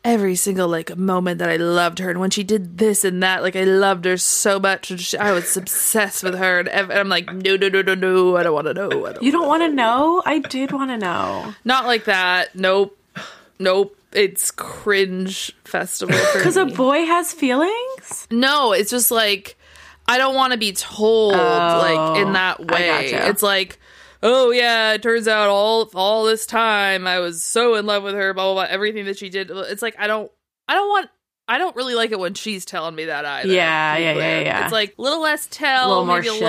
Speaker 3: every single like moment that I loved her, and when she did this and that, like I loved her so much. And she, I was obsessed with her, and, ev- and I'm like, no, no, no, no, no, I don't want to know. I don't.
Speaker 1: You don't want to know? I did want to know.
Speaker 3: Not like that. Nope, nope. It's cringe festival for
Speaker 1: Because
Speaker 3: me.
Speaker 1: a boy has feelings?
Speaker 3: No, it's just like I don't want to be told like in that way.
Speaker 1: Oh, gotcha.
Speaker 3: It's like, oh yeah, it turns out all all this time I was so in love with her, blah blah blah. Everything that she did, it's like I don't, I don't want. I don't really like it when she's telling me that either.
Speaker 1: Yeah,
Speaker 3: to be
Speaker 1: yeah, yeah,
Speaker 3: clear.
Speaker 1: yeah.
Speaker 3: It's like a little less tell,
Speaker 1: Little more
Speaker 3: maybe a little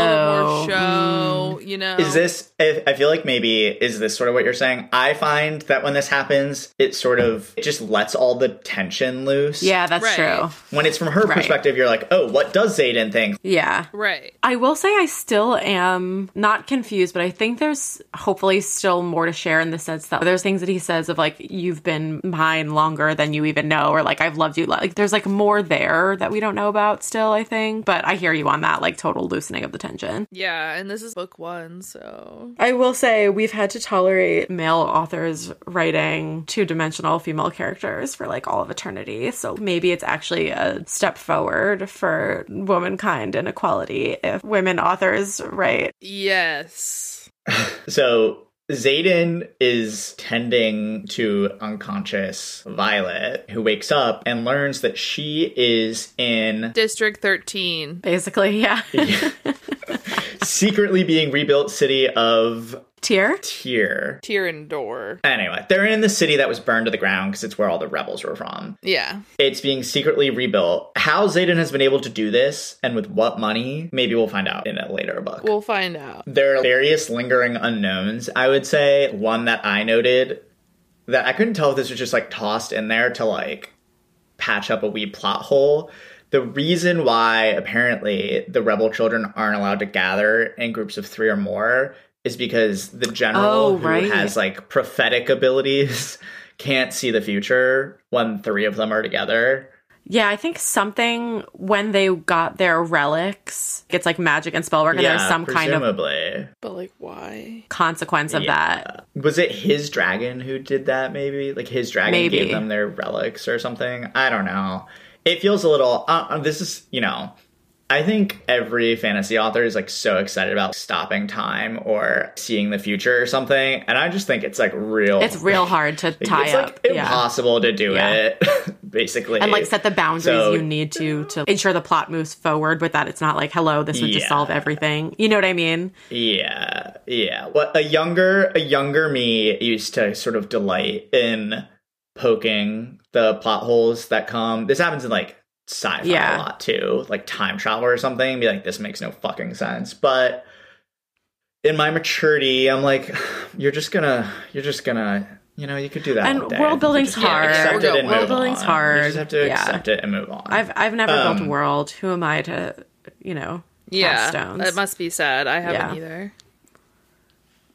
Speaker 3: more
Speaker 1: show. Mm-hmm.
Speaker 3: show. You know,
Speaker 2: Is this? I I feel like maybe is this sort of what you're saying? I find that when this happens, it sort of it just lets all the tension loose.
Speaker 1: Yeah, that's
Speaker 3: Right.
Speaker 1: true.
Speaker 2: When it's from her
Speaker 1: Right.
Speaker 2: perspective, you're like, oh, what does Zayden think?
Speaker 1: Yeah.
Speaker 3: right?
Speaker 1: I will say I still am not confused, but I think there's hopefully still more to share in the sense that there's things that he says of like you've been mine longer than you even know, or like I've loved you. lo- Like there's like more there that we don't know about still. I think, but I hear you on that like total loosening of the tension.
Speaker 3: Yeah, and this is book one, so
Speaker 1: I will say we've had to tolerate male authors writing two dimensional female characters for like all of eternity. So maybe it's actually a step forward for womankind and equality if women authors write.
Speaker 3: yes,
Speaker 2: So Zayden is tending to unconscious Violet, who wakes up and learns that she is in
Speaker 3: District Thirteen.
Speaker 1: Basically, yeah.
Speaker 2: secretly being rebuilt city of
Speaker 1: Tear?
Speaker 2: Tyr.
Speaker 3: Tyrion Door.
Speaker 2: Anyway, they're in the city that was burned to the ground because it's where all the rebels were from.
Speaker 3: Yeah.
Speaker 2: It's being secretly rebuilt. How Zayden has been able to do this and with what money, maybe we'll find out in a later book.
Speaker 3: We'll find out.
Speaker 2: there are various lingering unknowns, I would say. One that I noted that I couldn't tell if this was just like tossed in there to like patch up a wee plot hole. The reason why apparently the rebel children aren't allowed to gather in groups of three or more is because the general
Speaker 1: Oh,
Speaker 2: who
Speaker 1: right.
Speaker 2: has like prophetic abilities can't see the future when three of them are together.
Speaker 1: Yeah, I think something when they got their relics, it's like magic and spell work, and there's some kind of
Speaker 2: presumably.
Speaker 3: But like, why?
Speaker 1: consequence of that.
Speaker 2: Was it his dragon who did that, maybe? Like his dragon
Speaker 1: Maybe.
Speaker 2: gave them their relics or something? I don't know. It feels a little. Uh, uh, this is, you know, I think every fantasy author is like so excited about stopping time or seeing the future or something. And I just think it's like real.
Speaker 1: It's real hard to tie
Speaker 2: it's
Speaker 1: up.
Speaker 2: like impossible to do
Speaker 1: Yeah.
Speaker 2: it. basically.
Speaker 1: and like set the boundaries
Speaker 2: So-
Speaker 1: you need to to ensure the plot moves forward with that it's not like hello this would just
Speaker 2: Yeah.
Speaker 1: solve everything you know what i mean
Speaker 2: Yeah, yeah. What a younger a younger me used to sort of delight in poking the plot holes that come. This happens in like sci-fi
Speaker 1: Yeah.
Speaker 2: a lot too, like time travel or something. Be like, this makes no fucking sense. But in my maturity, I'm like, you're just gonna, you're just gonna, you know, you could do that.
Speaker 1: And
Speaker 2: all day.
Speaker 1: world building's
Speaker 2: You just
Speaker 1: hard.
Speaker 2: Accept it and
Speaker 3: World
Speaker 2: move
Speaker 1: building's
Speaker 2: on.
Speaker 1: hard.
Speaker 2: You just have to
Speaker 1: Yeah.
Speaker 2: accept it and move on.
Speaker 1: i've i've never built
Speaker 2: Um,
Speaker 1: a world who am i to you know
Speaker 3: Yeah,
Speaker 1: cast stones
Speaker 3: that must be sad. I haven't
Speaker 1: Yeah.
Speaker 3: either.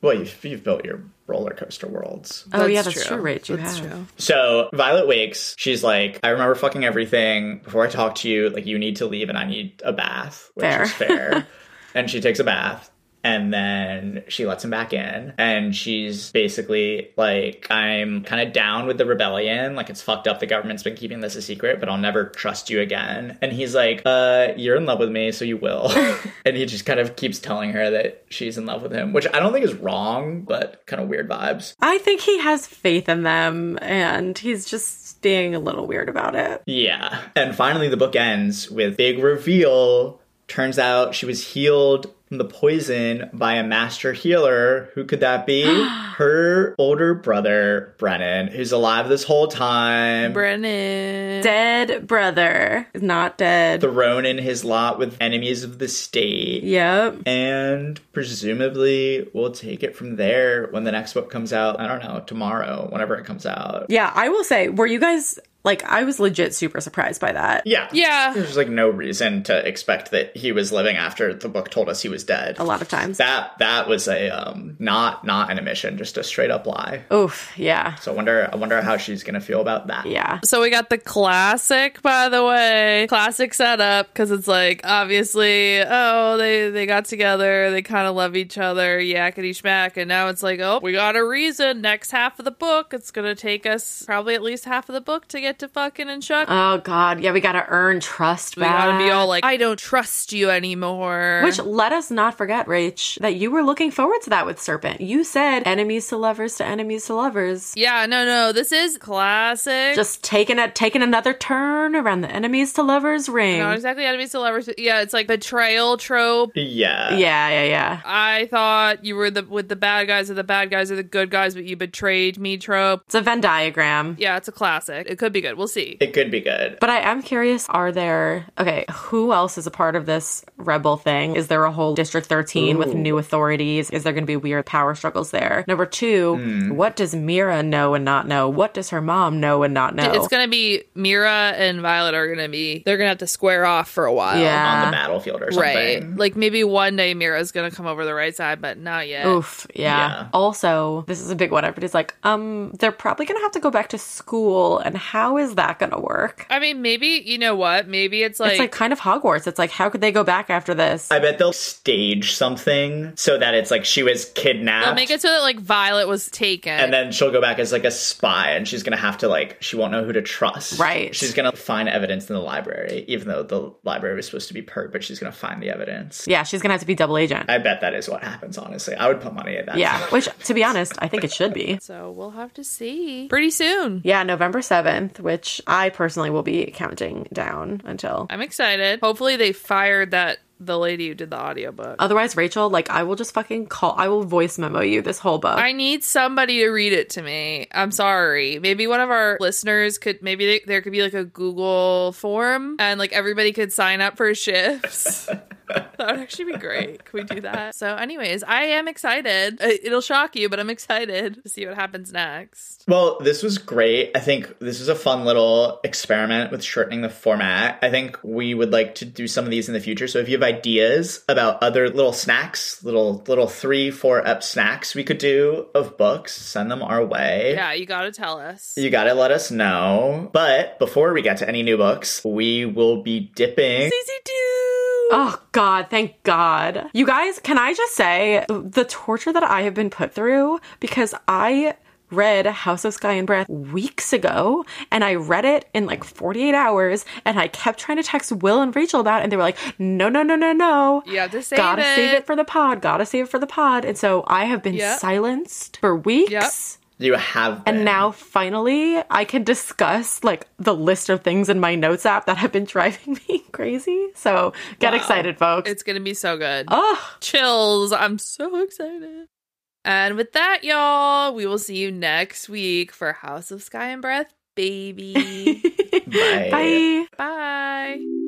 Speaker 2: well, you've, you've built your roller coaster worlds.
Speaker 1: oh yeah that's true, rach you
Speaker 3: That's
Speaker 1: have
Speaker 3: true.
Speaker 2: So Violet wakes. She's like, I remember fucking everything. Before I talk to you, like, you need to leave and I need a bath, which
Speaker 1: Fair.
Speaker 2: is fair. and she takes a bath. And then she lets him back in. And she's basically like, I'm kind of down with the rebellion. Like, it's fucked up. The government's been keeping this a secret, but I'll never trust you again. And he's like, uh, You're in love with me, so you will. and he just kind of keeps telling her that she's in love with him, which I don't think is wrong, but kind of weird vibes.
Speaker 1: i think he has faith in them and he's just being a little weird about it
Speaker 2: Yeah. And finally, the book ends with big reveal. Turns out she was healed from the poison by a master healer. Who could that be? Her older brother, Brennan, who's alive this whole time.
Speaker 3: Brennan.
Speaker 1: dead brother is not dead
Speaker 2: thrown in his lot with enemies of the state.
Speaker 1: yep
Speaker 2: And presumably, we'll take it from there when the next book comes out. I don't know, tomorrow, whenever it comes out.
Speaker 1: yeah i will say were you guys like i was legit super surprised by that
Speaker 2: Yeah.
Speaker 3: Yeah.
Speaker 2: There's like no reason to expect that he was living after the book told us he was dead.
Speaker 1: a lot of times
Speaker 2: that that was a um not not an omission just a straight up lie
Speaker 1: oof yeah
Speaker 2: so i wonder i wonder how she's gonna feel about that
Speaker 1: yeah
Speaker 3: So we got the classic, by the way, classic setup because it's like obviously, oh, they they got together, they kind of love each other, yakety schmack, and now it's like, oh, we got a reason. Next half of the book, it's gonna take us probably at least half of the book to get to fucking and Chuck.
Speaker 1: Oh God, yeah, we gotta earn trust
Speaker 3: we
Speaker 1: back.
Speaker 3: gotta be all like, I don't trust you anymore.
Speaker 1: Which let us not forget, Rach, that you were looking forward to that with Serpent. You said enemies to lovers to enemies to lovers.
Speaker 3: yeah, no, no, this is classic.
Speaker 1: Just taking a taking another turn around the enemies to lovers ring.
Speaker 3: not exactly enemies to lovers. Yeah, it's like betrayal trope.
Speaker 2: yeah
Speaker 1: yeah, yeah, yeah.
Speaker 3: I thought you were the with the bad guys or the bad guys or the good guys, but you betrayed me trope.
Speaker 1: It's a Venn diagram.
Speaker 3: Yeah, it's a classic. It could be good. We'll see.
Speaker 2: it could be good
Speaker 1: But I am curious, are there okay, who else is a part of this rebel thing? Is there a whole District 13 with
Speaker 2: Ooh.
Speaker 1: new authorities? Is there gonna be weird power struggles there? Number two,
Speaker 2: Hmm.
Speaker 1: what does Mira know and not know? What does her mom know and not know?
Speaker 3: It's gonna be Mira and Violet are gonna be. They're gonna have to square off for a while.
Speaker 1: Yeah.
Speaker 2: on the battlefield or
Speaker 3: Uh-huh. Right.
Speaker 2: something
Speaker 3: Like maybe one day Mira's gonna come over the right side, but not yet.
Speaker 1: Oof, yeah.
Speaker 2: Yeah.
Speaker 1: Also, this is a big one. Everybody's like, um, they're probably gonna have to go back to school, and how is that gonna work?
Speaker 3: I mean, maybe you know what? Maybe it's like,
Speaker 1: it's like kind of Hogwarts. It's like, how could they go back after this?
Speaker 2: i bet they'll stage something so that it's like she was
Speaker 3: they'll
Speaker 2: kidnapped
Speaker 3: make it so that like Violet was taken.
Speaker 2: and then she'll go back as like a spy and she's gonna have to like she won't know who to trust
Speaker 1: Right.
Speaker 2: she's gonna find evidence in the library even though the library was supposed to be pert but she's gonna find the evidence
Speaker 1: yeah, she's gonna have to be double agent.
Speaker 2: i bet that is what happens honestly i would put money at that
Speaker 1: yeah, which, to be honest, I think it should be.
Speaker 3: so we'll have to see pretty soon.
Speaker 1: Yeah, November 7th, which I personally will be counting down until.
Speaker 3: I'm excited. Hopefully they fired that the lady who did the audiobook.
Speaker 1: Otherwise, Rachel, like, I will just fucking call, I will voice memo you this whole book.
Speaker 3: I need somebody to read it to me. I'm sorry. Maybe one of our listeners could, maybe they, there could be like a Google form and like everybody could sign up for shifts. that would actually be great. Could we do that? So, anyways, I am excited. Uh, It'll shock you, but I'm excited to see what happens next.
Speaker 2: Well, this was great. I think this was a fun little experiment with shortening the format. I think we would like to do some of these in the future. So if you have ideas about other little snacks, little little three, four up snacks we could do of books, send them our way.
Speaker 3: Yeah, you got to tell us.
Speaker 2: You gotta let us know. But before we get to any new books, we will be dipping.
Speaker 3: CC2!
Speaker 1: Oh God, thank God. You guys, can I just say the torture that I have been put through because I read House of Sky and Breath weeks ago and I read it in like 48 hours and I kept trying to text Will and Rachel about it and they were like, no, no, no, no, no.
Speaker 3: You have to save
Speaker 1: Gotta
Speaker 3: it.
Speaker 1: save it for the pod. Gotta save it for the pod. And so I have been
Speaker 3: Yep.
Speaker 1: silenced for weeks.
Speaker 3: Yep.
Speaker 2: You have
Speaker 1: And
Speaker 2: been.
Speaker 1: now finally I can discuss like the list of things in my notes app that have been driving me crazy. So get excited, folks.
Speaker 3: It's gonna be so good.
Speaker 1: Ugh.
Speaker 3: Chills. I'm so excited. And with that, y'all, we will see you next week for House of Sky and Breath, baby.
Speaker 2: Bye.
Speaker 1: Bye.
Speaker 3: Bye.